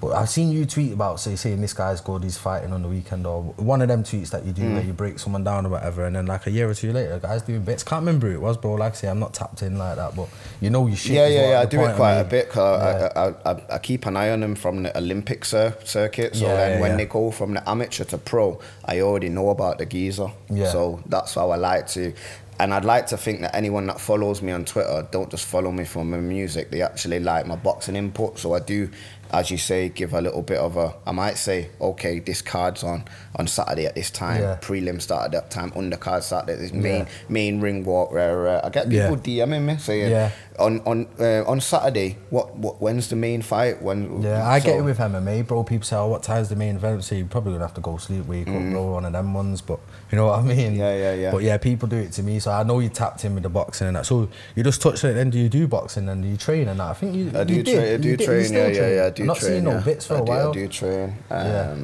Speaker 1: But I've seen you tweet about say saying this guy's good, he's fighting on the weekend, or one of them tweets that you do
Speaker 2: Mm.
Speaker 1: where you break someone down or whatever, and then like a year or two later, the guy's doing bits. Can't remember who it was, bro. Like I say, I'm not tapped in like that, but you know you shit.
Speaker 2: Yeah,
Speaker 1: is
Speaker 2: yeah,
Speaker 1: what
Speaker 2: yeah.
Speaker 1: the
Speaker 2: I do
Speaker 1: point
Speaker 2: it quite a
Speaker 1: made.
Speaker 2: bit. 'cause I, I, I, I keep an eye on them from the Olympic cir- circuit. So
Speaker 1: Yeah,
Speaker 2: then
Speaker 1: yeah,
Speaker 2: when
Speaker 1: yeah.
Speaker 2: they go from the amateur to pro, I already know about the geezer.
Speaker 1: Yeah.
Speaker 2: So that's how I like to. And I'd like to think that anyone that follows me on Twitter don't just follow me for my music. They actually like my boxing input. So I do, as you say, give a little bit of a. I might say, okay, this card's on on Saturday at this time.
Speaker 1: Yeah.
Speaker 2: Prelim start at that time. Undercard start at this main
Speaker 1: Yeah.
Speaker 2: main ring walk. Rah, rah, rah. I get
Speaker 1: Yeah.
Speaker 2: people DMing me saying,
Speaker 1: Yeah.
Speaker 2: on on uh, on Saturday. What what? When's the main fight? When?
Speaker 1: Yeah, I get
Speaker 2: so-
Speaker 1: it with MMA, bro. People say, "Oh, what time's the main event?" So you're probably gonna have to go sleep, wake up, bro, one of them ones. But you know what I mean?
Speaker 2: Mm. Yeah, yeah, yeah.
Speaker 1: But yeah, people do it to me, so I know you tapped in with the boxing and that. So you just touched it. Then do you do boxing and do you train and that? I think you.
Speaker 2: I uh, do
Speaker 1: you
Speaker 2: train.
Speaker 1: Did.
Speaker 2: I do
Speaker 1: you did.
Speaker 2: train.
Speaker 1: You still
Speaker 2: yeah, yeah, yeah. I
Speaker 1: train?
Speaker 2: do
Speaker 1: I've not
Speaker 2: train.
Speaker 1: seen no
Speaker 2: yeah.
Speaker 1: bits for
Speaker 2: I
Speaker 1: a
Speaker 2: do,
Speaker 1: while.
Speaker 2: I do train. Um,
Speaker 1: Yeah.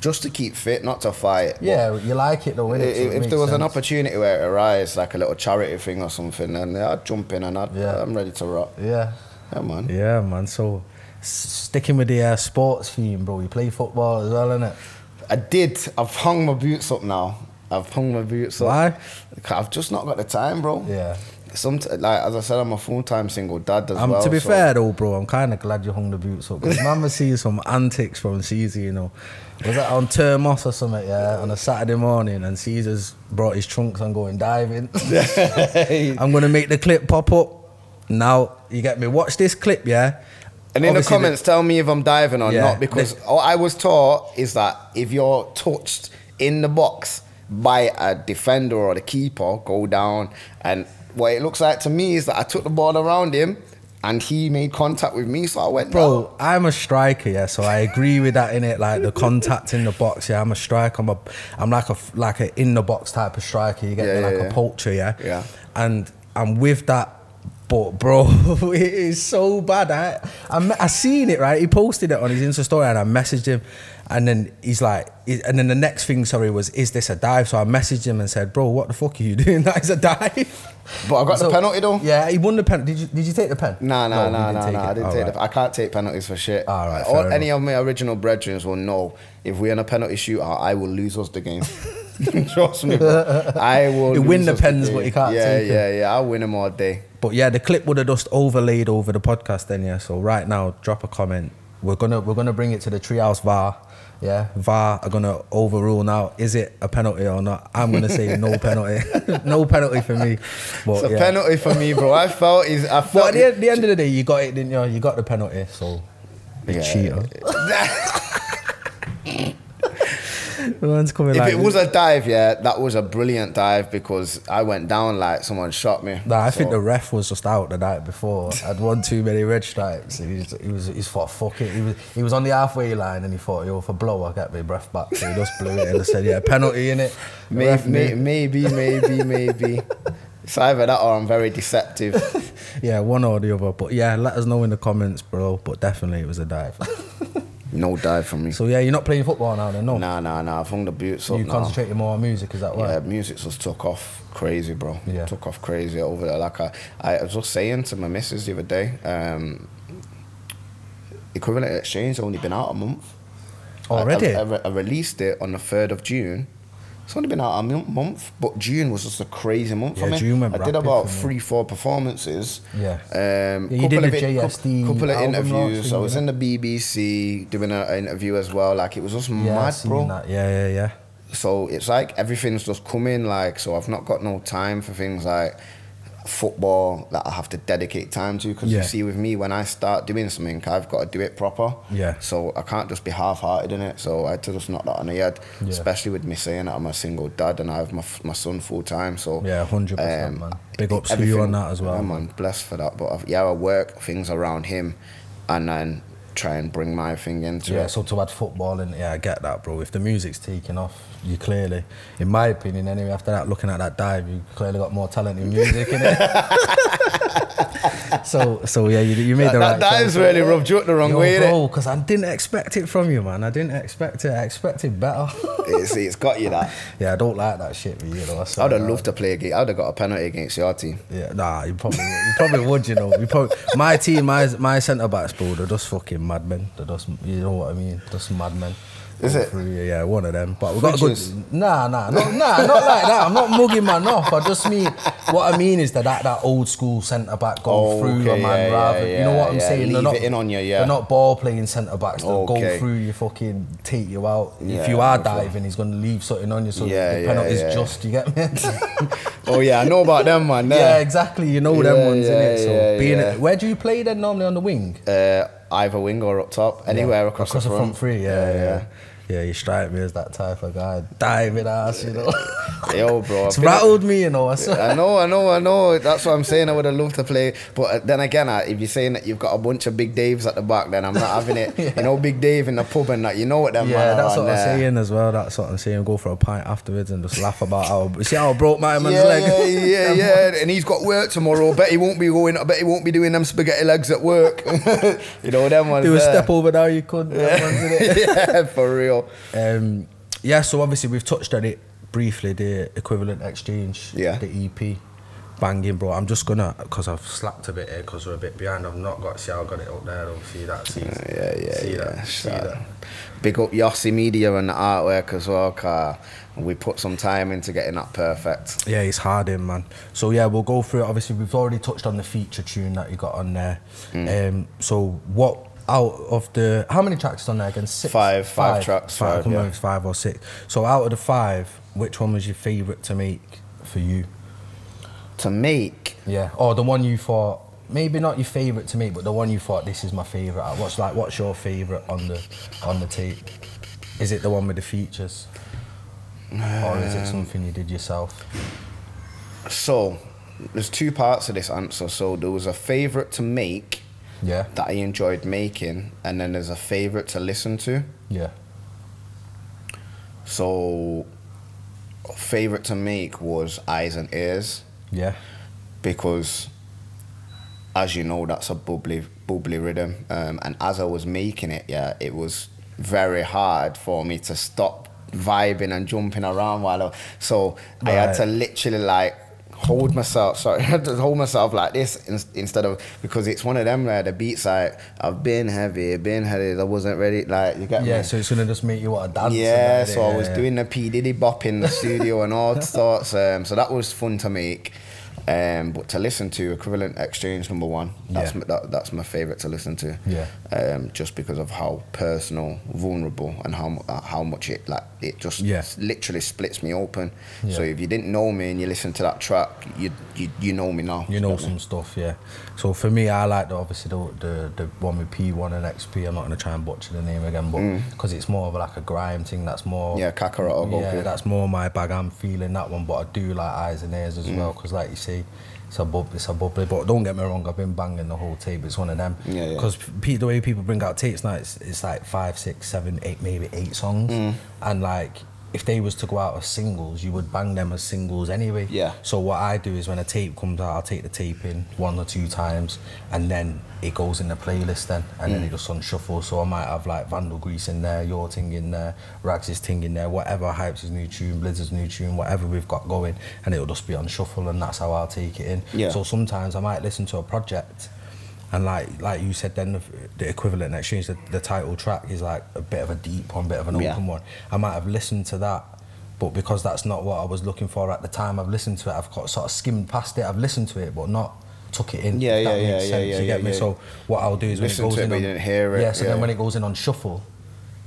Speaker 2: Just to keep fit, not to fight. but
Speaker 1: Yeah, you like it though,
Speaker 2: i-
Speaker 1: innit? So it
Speaker 2: If,
Speaker 1: makes
Speaker 2: there was an
Speaker 1: sense.
Speaker 2: opportunity where it arise, like a little charity thing or something, then I'd jump in and I'd,
Speaker 1: Yeah.
Speaker 2: I'm ready to rock.
Speaker 1: Yeah.
Speaker 2: Yeah, man.
Speaker 1: Yeah, man. So s- sticking with the uh, sports theme, bro. You play football as well, innit?
Speaker 2: I did. I've hung my boots up now. I've hung my boots up.
Speaker 1: Why?
Speaker 2: I've just not got the time, bro.
Speaker 1: Yeah.
Speaker 2: Some like as I said, I'm a full time single dad as
Speaker 1: Um,
Speaker 2: well.
Speaker 1: to be
Speaker 2: so-
Speaker 1: fair though, bro, I'm kind of glad you hung the boots up. Because mama sees some antics from Caesar, you know. Was that on Termos or something, yeah? On a Saturday morning, and Caesar's brought his trunks and going diving. I'm going to make the clip pop up. Now, you get me? Watch this clip, yeah?
Speaker 2: And in
Speaker 1: Obviously,
Speaker 2: the comments, tell me if I'm diving or
Speaker 1: Yeah,
Speaker 2: not, because all I was taught is that if you're touched in the box by a defender or the keeper, go down. And what it looks like to me is that I took the ball around him, and he made contact with me, so I went down.
Speaker 1: Bro, I'm a striker, yeah. So I agree with that in it, like the contact in the box. Yeah, I'm a striker. I'm a, I'm like a like a in the box type of striker. You get
Speaker 2: Yeah,
Speaker 1: me,
Speaker 2: yeah,
Speaker 1: like
Speaker 2: yeah.
Speaker 1: a poacher, yeah.
Speaker 2: Yeah.
Speaker 1: And I'm with that But bro, it is so bad. I, I me- I seen it right. He posted it on his Insta story, and I messaged him, and then he's like, and then the next thing, sorry, was is this a dive? So I messaged him and said, bro, what the fuck are you doing? That is a dive.
Speaker 2: But I got the
Speaker 1: So-
Speaker 2: penalty though.
Speaker 1: Yeah, he won the penalty. Did you did you take the pen?
Speaker 2: Nah, nah,
Speaker 1: No, you
Speaker 2: nah,
Speaker 1: didn't
Speaker 2: nah,
Speaker 1: take
Speaker 2: nah.
Speaker 1: it.
Speaker 2: I didn't
Speaker 1: All
Speaker 2: take
Speaker 1: right.
Speaker 2: the, I can't take penalties for shit.
Speaker 1: All right,
Speaker 2: All,
Speaker 1: fair
Speaker 2: any of my original brethren will know if we're in a penalty shootout, I will lose us the game. Trust me, bro. I will.
Speaker 1: You win
Speaker 2: lose
Speaker 1: the
Speaker 2: us
Speaker 1: pens,
Speaker 2: game.
Speaker 1: but you can't
Speaker 2: Yeah,
Speaker 1: take 'em.
Speaker 2: yeah, yeah. I'll win them all day.
Speaker 1: But yeah, the clip would have just overlaid over the podcast then, yeah. So right now, drop a comment. We're gonna we're gonna bring it to the treehouse VAR. Yeah, VAR are gonna overrule now. Is it a penalty or not? I'm gonna say no penalty, no penalty for me. But
Speaker 2: It's a
Speaker 1: yeah.
Speaker 2: penalty for me, bro. I felt is I
Speaker 1: But
Speaker 2: felt
Speaker 1: at the, at the end of the day, you got it, didn't you? You got the penalty, so you
Speaker 2: Yeah.
Speaker 1: cheater. The man's coming
Speaker 2: if
Speaker 1: like
Speaker 2: it was a dive, yeah, that was a brilliant dive because I went down like someone shot me.
Speaker 1: Nah, I
Speaker 2: So-
Speaker 1: think the ref was just out the night before. I'd won too many red stripes, and he, was, he was he's thought fuck it. He was he was on the halfway line, and he thought yo if I blow, I get my breath back. So he just blew it and I said yeah penalty in it.
Speaker 2: Maybe, may- maybe, maybe, maybe. It's either that or I'm very deceptive.
Speaker 1: Yeah, one or the other. But yeah, let us know in the comments, bro. But definitely it was a dive.
Speaker 2: No dive for me.
Speaker 1: so yeah, you're not playing football now, then no.
Speaker 2: Nah, nah, nah. I've hung the boots up
Speaker 1: Oh. you
Speaker 2: now.
Speaker 1: concentrating more on music, is that
Speaker 2: Yeah,
Speaker 1: right?
Speaker 2: music just took off crazy, bro.
Speaker 1: Yeah.
Speaker 2: Took off crazy over there. Like I, I was just saying to my missus the other day, um, equivalent exchange only been out a month. I-
Speaker 1: Already?
Speaker 2: I, I, re- I released it on the third of June. It's only been out a mon- month, but June was just a crazy month for
Speaker 1: Yeah,
Speaker 2: me.
Speaker 1: June went
Speaker 2: I did
Speaker 1: rapid
Speaker 2: about
Speaker 1: for me.
Speaker 2: three, four performances.
Speaker 1: Yeah.
Speaker 2: Um,
Speaker 1: Yeah, you did
Speaker 2: couple
Speaker 1: the
Speaker 2: of it- coup-
Speaker 1: JSD
Speaker 2: couple of
Speaker 1: album launch
Speaker 2: interviews.
Speaker 1: thing,
Speaker 2: I was
Speaker 1: innit?
Speaker 2: in the BBC doing a- an interview as well. Like it was just
Speaker 1: yeah, I
Speaker 2: mad,
Speaker 1: seen
Speaker 2: bro
Speaker 1: that. Yeah, yeah, yeah.
Speaker 2: so it's like everything's just coming like so i've not got no time for things like football that i have to dedicate time to because
Speaker 1: Yeah.
Speaker 2: you see with me when i start doing something i've got to do it proper
Speaker 1: Yeah.
Speaker 2: so i can't just be half-hearted in it so i had to just knock that on the head
Speaker 1: Yeah.
Speaker 2: especially with me saying that i'm a single dad and i have my, f- my son full-time so um,
Speaker 1: Yeah, 100%, man. Big ups to you
Speaker 2: everything-
Speaker 1: on that as well,
Speaker 2: yeah,
Speaker 1: man.
Speaker 2: man blessed for that but I've, yeah i work things around him and then try and bring my thing into
Speaker 1: Yeah,
Speaker 2: it
Speaker 1: so to add football and yeah, I get that, bro. If the music's taking off, you clearly, in my opinion, anyway, after that, looking at that dive, you clearly got more talent in music, innit? so, so yeah, you, you made
Speaker 2: that,
Speaker 1: the
Speaker 2: that,
Speaker 1: right
Speaker 2: that
Speaker 1: choice.
Speaker 2: is really rubbed you up the wrong
Speaker 1: Yo,
Speaker 2: way innit?
Speaker 1: bro, because I didn't expect it from you, man. I didn't expect it. I expected better.
Speaker 2: it's, it's got you that.
Speaker 1: yeah, I don't like that shit, but you know, I said
Speaker 2: I'd have
Speaker 1: that.
Speaker 2: loved to play against. I'd have got a penalty against your team.
Speaker 1: Yeah, nah, you probably you probably would, you know. You probably my team, my my centre backs, bro, they're just fucking madmen. They're just you know what I mean, just madmen.
Speaker 2: Is
Speaker 1: All
Speaker 2: it?
Speaker 1: three, yeah, yeah, one of them. But we've got a
Speaker 2: Fridges?
Speaker 1: good. Nah, nah, no, nah, not like that. I'm not mugging man off. I just mean what I mean is that that, that old school centre back go
Speaker 2: Oh,
Speaker 1: through the
Speaker 2: okay,
Speaker 1: man
Speaker 2: yeah,
Speaker 1: rather.
Speaker 2: yeah,
Speaker 1: you know what I'm
Speaker 2: yeah.
Speaker 1: saying? they're
Speaker 2: Leave
Speaker 1: not
Speaker 2: it in on you, yeah.
Speaker 1: They're not ball playing centre backs. They'll go
Speaker 2: Okay.
Speaker 1: through you, fucking take you out. if
Speaker 2: Yeah,
Speaker 1: you are
Speaker 2: I'm with you.
Speaker 1: diving, he's gonna leave something on you. So
Speaker 2: Yeah,
Speaker 1: the
Speaker 2: yeah,
Speaker 1: penalty's
Speaker 2: yeah.
Speaker 1: just. You get me?
Speaker 2: Oh yeah, I know about them, man.
Speaker 1: Yeah,
Speaker 2: Yeah.
Speaker 1: exactly. You know
Speaker 2: Yeah,
Speaker 1: them ones,
Speaker 2: yeah,
Speaker 1: innit? So
Speaker 2: yeah,
Speaker 1: being
Speaker 2: yeah.
Speaker 1: where do you play then normally on the wing?
Speaker 2: Uh, either wing or up top, anywhere across,
Speaker 1: Across the front three, yeah, yeah. yeah.
Speaker 2: yeah,
Speaker 1: you strike me as that type of guy, diving ass, you know.
Speaker 2: Yo, bro.
Speaker 1: it's
Speaker 2: I've been-
Speaker 1: rattled me, you know. I saw-
Speaker 2: I know, I know, I know. That's what I'm saying. I would have loved to play, but uh, then again, I, if you're saying that you've got a bunch of big Daves at the back, then I'm not having it. You know, big Dave in the pub and that. You know what them man
Speaker 1: Yeah,
Speaker 2: are uh,
Speaker 1: that's
Speaker 2: on
Speaker 1: what I'm
Speaker 2: there.
Speaker 1: saying as well. That's what I'm saying. Go for a pint afterwards and just laugh about how you see how I broke my man's
Speaker 2: yeah,
Speaker 1: leg.
Speaker 2: Yeah, yeah, yeah. And he's got work tomorrow. Bet he won't be going. I bet he won't be doing them spaghetti legs at work. you know them ones.
Speaker 1: Do a
Speaker 2: there.
Speaker 1: step over now, you could. them ones, innit?
Speaker 2: yeah, for real.
Speaker 1: Um, yeah, so obviously we've touched on it briefly, the equivalent exchange,
Speaker 2: Yeah.
Speaker 1: the EP. Banging, bro. I'm just gonna, because I've slapped a bit here, because we're a bit behind. I've not got, see, I've got it up there, though. See that? See,
Speaker 2: Uh, Yeah, yeah,
Speaker 1: see
Speaker 2: yeah.
Speaker 1: that? See
Speaker 2: shout
Speaker 1: that?
Speaker 2: out. Big up Yossi Media and the artwork as well, car. We put some time into getting that perfect.
Speaker 1: Yeah, it's hard in, man. So, yeah, we'll go through it. Obviously, we've already touched on the feature tune that you got on there.
Speaker 2: Mm.
Speaker 1: Um, so, what out of the, how many tracks is on there again? Six?
Speaker 2: Five- five tracks,
Speaker 1: Five, I
Speaker 2: five,
Speaker 1: can't remember
Speaker 2: yeah.
Speaker 1: if it's five or six. So, out of the five, which one was your favourite to make for you?
Speaker 2: To make
Speaker 1: Yeah, or the one you thought maybe not your favorite to me, but the one you thought this is my favorite. Uh, What's like what's your favorite on the on the tape? Is it the one with the features, or is
Speaker 2: Um,
Speaker 1: it something you did yourself?
Speaker 2: so there's two parts of this answer. So there was a favourite to make
Speaker 1: Yeah,
Speaker 2: that I enjoyed making, and then there's a favourite to listen to.
Speaker 1: yeah,
Speaker 2: So favourite to make was Eyes and Ears.
Speaker 1: yeah,
Speaker 2: because as you know, that's a bubbly, bubbly rhythm. Um, and as I was making it, yeah, it was very hard for me to stop vibing and jumping around while I, so I had
Speaker 1: Right.
Speaker 2: to literally like hold myself sorry I had to hold myself like this in, instead of because it's one of them where the beats like I've been heavy been heavy I wasn't ready like you get
Speaker 1: Yeah,
Speaker 2: me
Speaker 1: so it's gonna just make you want to dance. and
Speaker 2: yeah,
Speaker 1: that,
Speaker 2: so I was
Speaker 1: yeah.
Speaker 2: doing the P Diddy bop in the studio and all sorts. Um, so that was fun to make. Um, but to listen to equivalent exchange number one, that's
Speaker 1: Yeah.
Speaker 2: my, that, that's my favorite to listen to.
Speaker 1: Yeah.
Speaker 2: Um, just because of how personal, vulnerable, and how mu- uh, how much it like it just
Speaker 1: Yeah.
Speaker 2: s- literally splits me open. So
Speaker 1: Yeah.
Speaker 2: if you didn't know me and you listen to that track, you you, you know me now.
Speaker 1: You know some stuff, yeah. So for me, I like the obviously the the, the one with P1 and XP. I'm not gonna try and butcher the name again, but because it's more of like a grime thing. That's more
Speaker 2: Mm. Yeah, Kakarot or
Speaker 1: yeah,
Speaker 2: Goku.
Speaker 1: that's more my bag. I'm feeling that one, but I do like eyes and ears as
Speaker 2: Mm.
Speaker 1: well because, like you say, it's a bub, it's a bubbly. But don't get me wrong, I've been banging the whole tape. It's one of them.
Speaker 2: Yeah, yeah.
Speaker 1: Because the way people bring out tapes now, it's, it's like five, six, seven, eight, maybe eight songs,
Speaker 2: Mm.
Speaker 1: and like. If they was to go out as singles, you would bang them as singles anyway.
Speaker 2: Yeah.
Speaker 1: So what I do is when a tape comes out, I'll take the tape in one or two times, and then it goes in the playlist then, and then it just on shuffle. So I might have like Vandal Grease in there, Your Thing in there, Rags' Thing in there, whatever Hypes' his new tune, Blizzard's new tune, whatever we've got going, and it'll just be on shuffle, and that's how I'll take it in.
Speaker 2: Yeah.
Speaker 1: So sometimes I might listen to a project, and like like you said, then the, the equivalent exchange, the, the title track is like a bit of a deep one, bit of an
Speaker 2: Yeah.
Speaker 1: open one. I might have listened to that, but because that's not what I was looking for at the time, I've listened to it. I've got, sort of skimmed past it. I've listened to it, but not took it in.
Speaker 2: Yeah,
Speaker 1: if that
Speaker 2: yeah,
Speaker 1: makes
Speaker 2: yeah,
Speaker 1: sense,
Speaker 2: yeah,
Speaker 1: You
Speaker 2: yeah,
Speaker 1: get me?
Speaker 2: yeah.
Speaker 1: So what I'll do is
Speaker 2: Listen
Speaker 1: when it goes
Speaker 2: to it,
Speaker 1: in,
Speaker 2: but
Speaker 1: on,
Speaker 2: you didn't hear it,
Speaker 1: Yeah, so
Speaker 2: yeah.
Speaker 1: then when it goes in on shuffle,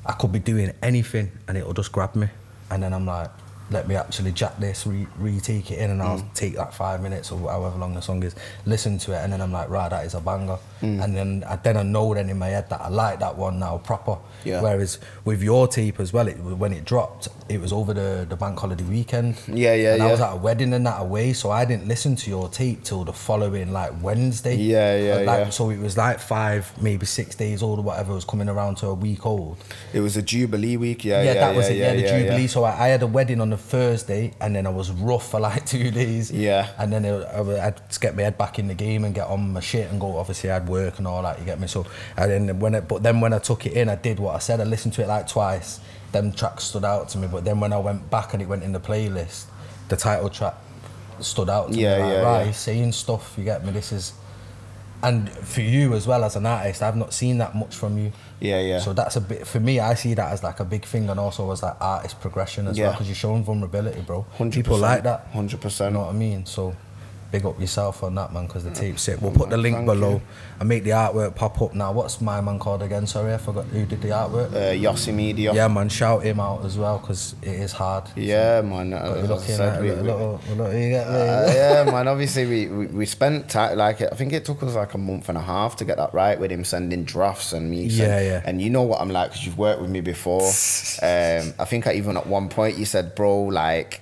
Speaker 1: I could be doing anything, and it'll just grab me, and then I'm like. Let me actually jack this, re- retake it in, and
Speaker 2: Mm.
Speaker 1: I'll take that five minutes or however long the song is, listen to it, and then I'm like, right, that is a banger.
Speaker 2: Mm.
Speaker 1: And then I then I know then in my head that I like that one now proper.
Speaker 2: Yeah.
Speaker 1: Whereas with your tape as well, it, when it dropped, it was over the, the bank holiday weekend.
Speaker 2: Yeah, yeah,
Speaker 1: and I was
Speaker 2: yeah.
Speaker 1: at a wedding and that away, so I didn't listen to your tape till the following like Wednesday.
Speaker 2: Yeah, yeah,
Speaker 1: like,
Speaker 2: yeah.
Speaker 1: So it was like five, maybe six days old or whatever. It was coming around to a week old.
Speaker 2: It was a Jubilee week. Yeah,
Speaker 1: Yeah,
Speaker 2: yeah,
Speaker 1: that was
Speaker 2: yeah,
Speaker 1: it. Yeah, the
Speaker 2: yeah,
Speaker 1: Jubilee. So I, I had a wedding on the Thursday, and then I was rough for like two days.
Speaker 2: Yeah.
Speaker 1: And then it, I, wa- I had to get my head back in the game and get on my shit and go. Obviously, I'd work and all that. You get me? So and then when it, but then when I took it in, I did what I said. I listened to it like twice. Them tracks stood out to me. But then when I went back and it went in the playlist, the title track stood out to
Speaker 2: Yeah,
Speaker 1: me. Like,
Speaker 2: yeah,
Speaker 1: right,
Speaker 2: yeah.
Speaker 1: he's saying stuff. You get me? This is. And for you as well as an artist, I've not seen that much from you.
Speaker 2: Yeah, yeah.
Speaker 1: So that's a bit for me. I see that as like a big thing, and also as like artist progression as well, well,
Speaker 2: Yeah.
Speaker 1: because you're showing vulnerability, bro. People like that.
Speaker 2: Hundred
Speaker 1: You
Speaker 2: percent.
Speaker 1: know what I mean? So big up yourself on that, man, because the tape's sick. We'll put the link
Speaker 2: Thank
Speaker 1: below
Speaker 2: you.
Speaker 1: and make the artwork pop up. Now, what's my man called again? Sorry, I forgot who did the artwork.
Speaker 2: Uh, Yossi Media.
Speaker 1: yeah, man, shout him out as well, because it is hard.
Speaker 2: Yeah, man. uh,
Speaker 1: But
Speaker 2: As
Speaker 1: you're
Speaker 2: I
Speaker 1: looking
Speaker 2: said,
Speaker 1: at
Speaker 2: we-
Speaker 1: a
Speaker 2: we-
Speaker 1: little, a little, you get me?
Speaker 2: Uh, yeah, man. Obviously, we, we, we spent time like I think it took us like a month and a half to get that right with him sending drafts and me. send-
Speaker 1: Yeah, yeah.
Speaker 2: And you know what I'm like because you've worked with me before. um, I think I even at one point you said, "Bro, like."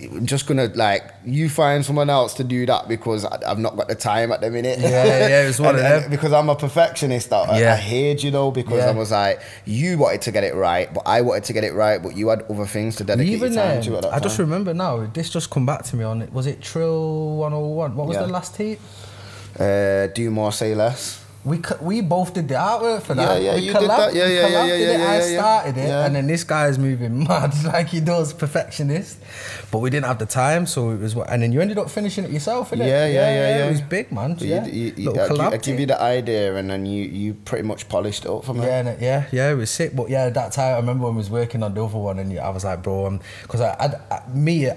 Speaker 2: I'm just gonna like you find someone else to do that because I, I've not got the time at the minute.
Speaker 1: Yeah, yeah, it's one
Speaker 2: And-
Speaker 1: of
Speaker 2: and
Speaker 1: them.
Speaker 2: because I'm a perfectionist. Though. I-
Speaker 1: Yeah.
Speaker 2: I hated you know because
Speaker 1: Yeah.
Speaker 2: I was like, you wanted to get it right, but I wanted to get it right, but you had other things to dedicate
Speaker 1: Even
Speaker 2: your time
Speaker 1: then,
Speaker 2: to. At that
Speaker 1: I just
Speaker 2: time.
Speaker 1: remember now. This just come back to me on it. Was it Trill One Hundred One? What was
Speaker 2: Yeah.
Speaker 1: the last tape?
Speaker 2: uh, do more, say less.
Speaker 1: We co- we both did the artwork for that.
Speaker 2: Yeah, yeah,
Speaker 1: we
Speaker 2: you did that. Yeah,
Speaker 1: we
Speaker 2: yeah, yeah,
Speaker 1: collabed
Speaker 2: yeah,
Speaker 1: did it,
Speaker 2: yeah,
Speaker 1: I
Speaker 2: yeah, yeah.
Speaker 1: started it,
Speaker 2: Yeah.
Speaker 1: and then this guy's moving mad like he does, perfectionist. But we didn't have the time, so it was. what- And then you ended up finishing it yourself, innit?
Speaker 2: Yeah, yeah, yeah, yeah.
Speaker 1: It was big, man.
Speaker 2: So
Speaker 1: yeah.
Speaker 2: you, you, you,
Speaker 1: Little
Speaker 2: I, gi- I
Speaker 1: collab
Speaker 2: give you the idea, and then you, you pretty much polished it up for me.
Speaker 1: Yeah, no, yeah, yeah, it was sick. But yeah, that time I remember when we was working on the other one, and I was like, bro, because I, I, I, me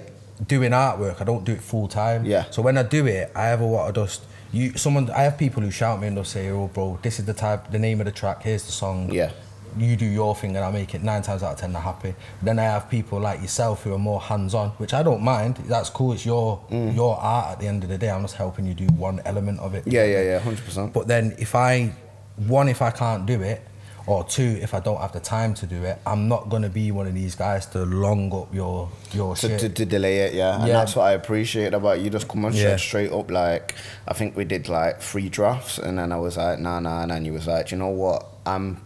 Speaker 1: doing artwork, I don't do it full time.
Speaker 2: Yeah.
Speaker 1: So when I do it, I ever want to just you someone. I have people who shout me and they'll say, oh, bro, this is the type, the name of the track. Here's the song.
Speaker 2: Yeah.
Speaker 1: You do your thing, and I make it nine times out of ten. They're happy. Then I have people like yourself who are more hands-on, which I don't mind. That's cool. It's your your art. At the end of the day, I'm just helping you do one element of it.
Speaker 2: yeah, yeah, yeah, hundred percent.
Speaker 1: But then if I, one, if I can't do it, or two, if I don't have the time to do it, I'm not gonna be one of these guys to long up your your
Speaker 2: To,
Speaker 1: Oh, shit.
Speaker 2: to, to delay it, yeah, and
Speaker 1: Yeah.
Speaker 2: that's what I appreciate about you. Just come on
Speaker 1: Yeah.
Speaker 2: straight, straight up. Like I think we did like three drafts, and then I was like, nah, nah, nah, and you was like, "Do you know what? I'm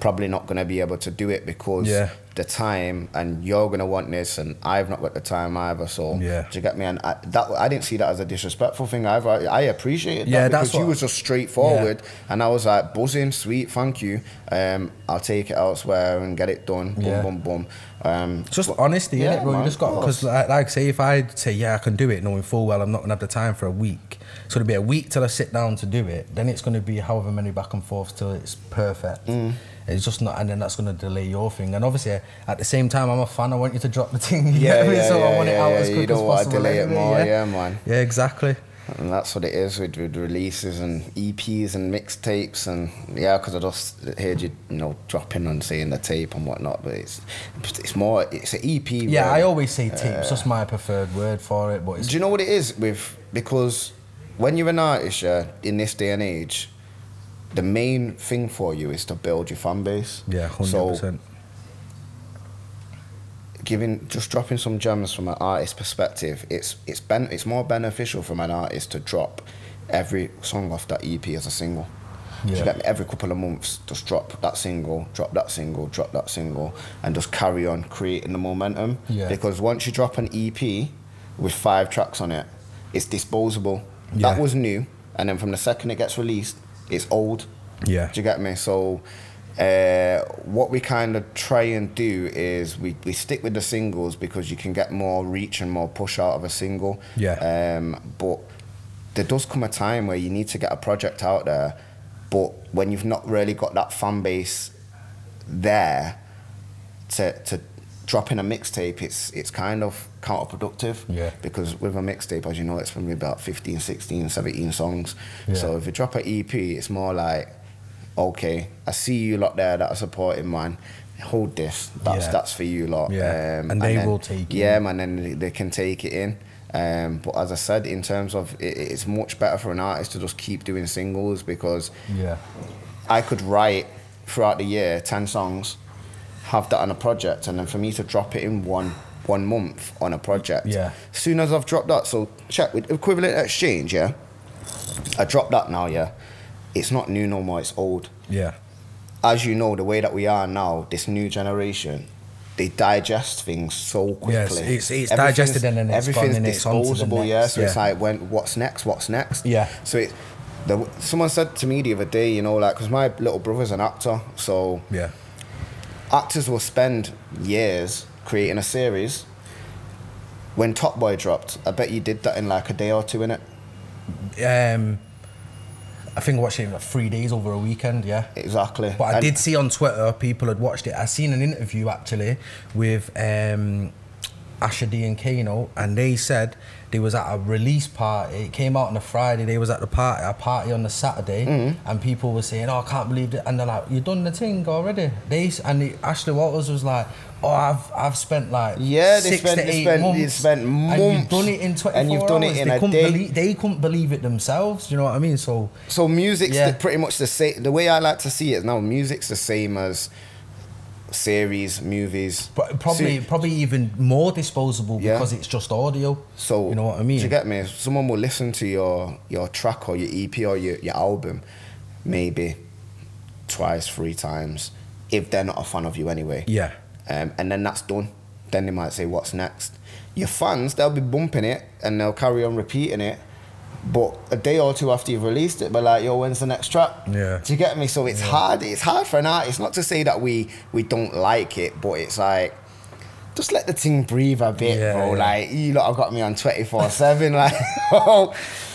Speaker 2: probably not gonna be able to do it because
Speaker 1: Yeah.
Speaker 2: the time, and you're gonna want this, and I've not got the time either. So
Speaker 1: Yeah.
Speaker 2: do you get me? And I, that I didn't see that as a disrespectful thing either. I, I appreciated that
Speaker 1: Yeah, that's
Speaker 2: because you
Speaker 1: what-
Speaker 2: was just straightforward, and I was like buzzing, sweet, thank you. Um, I'll take it elsewhere and get it done. Boom,
Speaker 1: Yeah.
Speaker 2: boom, boom. Um,
Speaker 1: It's just honesty,
Speaker 2: Yeah,
Speaker 1: innit, bro?
Speaker 2: man,
Speaker 1: You just got
Speaker 2: of
Speaker 1: because,
Speaker 2: course.
Speaker 1: like, like, say, if I say, yeah, I can do it, knowing full well I'm not gonna have the time for a week, so it'll be a week till I sit down to do it. Then it's gonna be however many back and forths till it's perfect.
Speaker 2: Mm.
Speaker 1: It's just not, and then that's gonna delay your thing. And obviously, at the same time, I'm a fan. I want you to drop the thing. you
Speaker 2: Yeah,
Speaker 1: get me?
Speaker 2: yeah,
Speaker 1: so I
Speaker 2: yeah,
Speaker 1: want it
Speaker 2: yeah,
Speaker 1: out
Speaker 2: yeah,
Speaker 1: as
Speaker 2: you
Speaker 1: quick
Speaker 2: don't
Speaker 1: as
Speaker 2: wanna
Speaker 1: possible.
Speaker 2: delay it
Speaker 1: anyway,
Speaker 2: more,
Speaker 1: yeah.
Speaker 2: yeah, man.
Speaker 1: Yeah, exactly.
Speaker 2: And that's what it is with, with releases and EPs and mixtapes and yeah, because I just heard you you know dropping and saying the tape and whatnot, but it's it's more it's E an EP.
Speaker 1: Yeah,
Speaker 2: really.
Speaker 1: I always say tape. it's just my preferred word for it, but it's
Speaker 2: Do you know what it is with because when you're an artist, yeah, in this day and age, the main thing for you is to build your fan base.
Speaker 1: yeah, hundred
Speaker 2: So
Speaker 1: percent.
Speaker 2: giving just dropping some gems from an artist perspective, it's it's ben, it's more beneficial from an artist to drop every song off that EP as a single. Do you
Speaker 1: Yeah.
Speaker 2: get me? Every couple of months, just drop that single, drop that single, drop that single, and just carry on creating the momentum.
Speaker 1: Yeah.
Speaker 2: Because once you drop an EP with five tracks on it, it's disposable. That
Speaker 1: Yeah.
Speaker 2: was new, and then from the second it gets released, it's old.
Speaker 1: Yeah.
Speaker 2: Do you get me? So, uh, what we kind of try and do is we, we stick with the singles because you can get more reach and more push out of a single.
Speaker 1: Yeah.
Speaker 2: Um, but there does come a time where you need to get a project out there, but when you've not really got that fan base there to to drop in a mixtape, it's it's kind of counterproductive.
Speaker 1: Yeah.
Speaker 2: Because with a mixtape, as you know, it's probably about 15, 16, 17 songs.
Speaker 1: Yeah.
Speaker 2: So if you drop an EP, it's more like, okay, I see you lot there that are supporting, man. Hold this. That's
Speaker 1: Yeah.
Speaker 2: that's for you lot. Um,
Speaker 1: Yeah. And they
Speaker 2: then-
Speaker 1: will take it.
Speaker 2: Yeah, man. Then they- they can take it in. Um, but as I said, in terms of it, it's much better for an artist to just keep doing singles because
Speaker 1: Yeah,
Speaker 2: I could write throughout the year ten songs, have that on a project, and then for me to drop it in one one month on a project.
Speaker 1: Yeah.
Speaker 2: Soon as I've dropped that, so check with equivalent exchange. Yeah. I dropped that now. Yeah. It's not new no more. It's old
Speaker 1: yeah,
Speaker 2: as you know, the way that we are now, this new generation, they digest things so quickly.
Speaker 1: Yes, it's- it's
Speaker 2: Everything's-
Speaker 1: digested and then it's gone
Speaker 2: everything's
Speaker 1: and it's on to the
Speaker 2: disposable. yeah,
Speaker 1: next,
Speaker 2: so it's
Speaker 1: yeah.
Speaker 2: like when what's next, what's next.
Speaker 1: Yeah.
Speaker 2: So it, the, someone said to me the other day, you know, like because my little brother's an actor, so
Speaker 1: yeah,
Speaker 2: actors will spend years creating a series. When Top Boy dropped, I bet you did that in like a day or two in it.
Speaker 1: Um, I think I watched it in like three days over a weekend. Yeah.
Speaker 2: Exactly.
Speaker 1: But I
Speaker 2: And-
Speaker 1: did see on Twitter people had watched it. I seen an interview actually with um, Asher D and Kano, and they said they was at a release party. It came out on a Friday. They was at the party, a party on the Saturday,
Speaker 2: Mm-hmm.
Speaker 1: and people were saying, "Oh, I can't believe it!" And they're like, "You done the thing already?" They s- and the, Ashley Waters was like, "Oh, I've I've spent like
Speaker 2: Yeah, they
Speaker 1: six
Speaker 2: spent-
Speaker 1: to
Speaker 2: they
Speaker 1: eight
Speaker 2: spent- they
Speaker 1: months,
Speaker 2: spent
Speaker 1: and
Speaker 2: months,
Speaker 1: you've done it in twenty four
Speaker 2: and you've done it in
Speaker 1: they
Speaker 2: a
Speaker 1: couldn't
Speaker 2: day.
Speaker 1: Believe, they couldn't believe it themselves. You know what I mean? So
Speaker 2: So music's
Speaker 1: Yeah.
Speaker 2: the, pretty much the same. The way I like to see it now, music's the same as series, movies.
Speaker 1: Pro- Probably,
Speaker 2: See,
Speaker 1: probably even more disposable
Speaker 2: Yeah.
Speaker 1: because it's just audio.
Speaker 2: so
Speaker 1: you know what I
Speaker 2: Do you
Speaker 1: mean?
Speaker 2: get me? Someone will listen to your your track or your EP or your, your album, maybe twice, three times, if they're not a fan of you anyway.
Speaker 1: Yeah,
Speaker 2: Um, and then that's done. Then they might say, "What's next?" Your fans, they'll be bumping it and they'll carry on repeating it. But a day or two after you've released it, but like, "Yo, when's the next track?"
Speaker 1: Yeah.
Speaker 2: Do you get me? So it's hard. It's hard for an artist. Not to say that we we don't like it, but it's like. Just let the thing breathe a bit,
Speaker 1: Yeah,
Speaker 2: bro.
Speaker 1: yeah.
Speaker 2: Like you lot have got me on twenty four seven. Like, oh,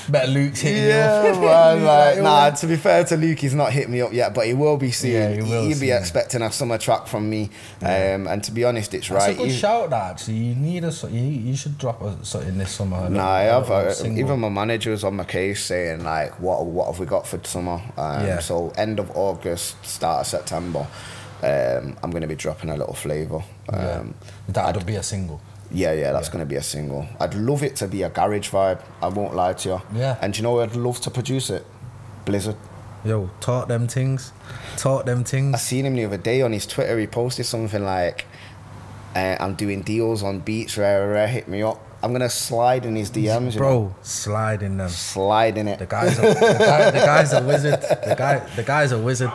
Speaker 1: better Luke's hitting you.
Speaker 2: yeah,
Speaker 1: off.
Speaker 2: man.
Speaker 1: He's
Speaker 2: Like,
Speaker 1: "Yo,
Speaker 2: nah.
Speaker 1: man."
Speaker 2: To be fair to Luke, he's not hit me up yet, but he will be soon.
Speaker 1: Yeah, he will
Speaker 2: will be
Speaker 1: soon.
Speaker 2: expecting a summer track from me. Um, and to be honest, it's
Speaker 1: That's
Speaker 2: right.
Speaker 1: a good
Speaker 2: He-
Speaker 1: shout, that actually. You need a, so- you, you should drop a something this summer. a little-
Speaker 2: Nah, I have,
Speaker 1: a little
Speaker 2: uh,
Speaker 1: single.
Speaker 2: even my manager was on my case saying like, what what have we got for summer? Um,
Speaker 1: Yeah.
Speaker 2: So end of August, start of September, um, I'm gonna be dropping a little flavour. Um,
Speaker 1: that'll be a single.
Speaker 2: yeah, yeah, that's gonna be a single. I'd love it to be a garage vibe. I won't lie to you.
Speaker 1: Yeah.
Speaker 2: And do you know where I'd love to produce it? Blizzard.
Speaker 1: Yo, taught them things, taught them
Speaker 2: I
Speaker 1: things.
Speaker 2: seen him the other day on his Twitter. He posted something like, uh, "I'm doing deals on beats. Rare, rare, hit me up. I'm gonna slide in his DMs, you know?
Speaker 1: Bro, sliding them.
Speaker 2: Slide in it.
Speaker 1: The guy's a, the, guy, the guy's a wizard. The guy, the guy's a wizard.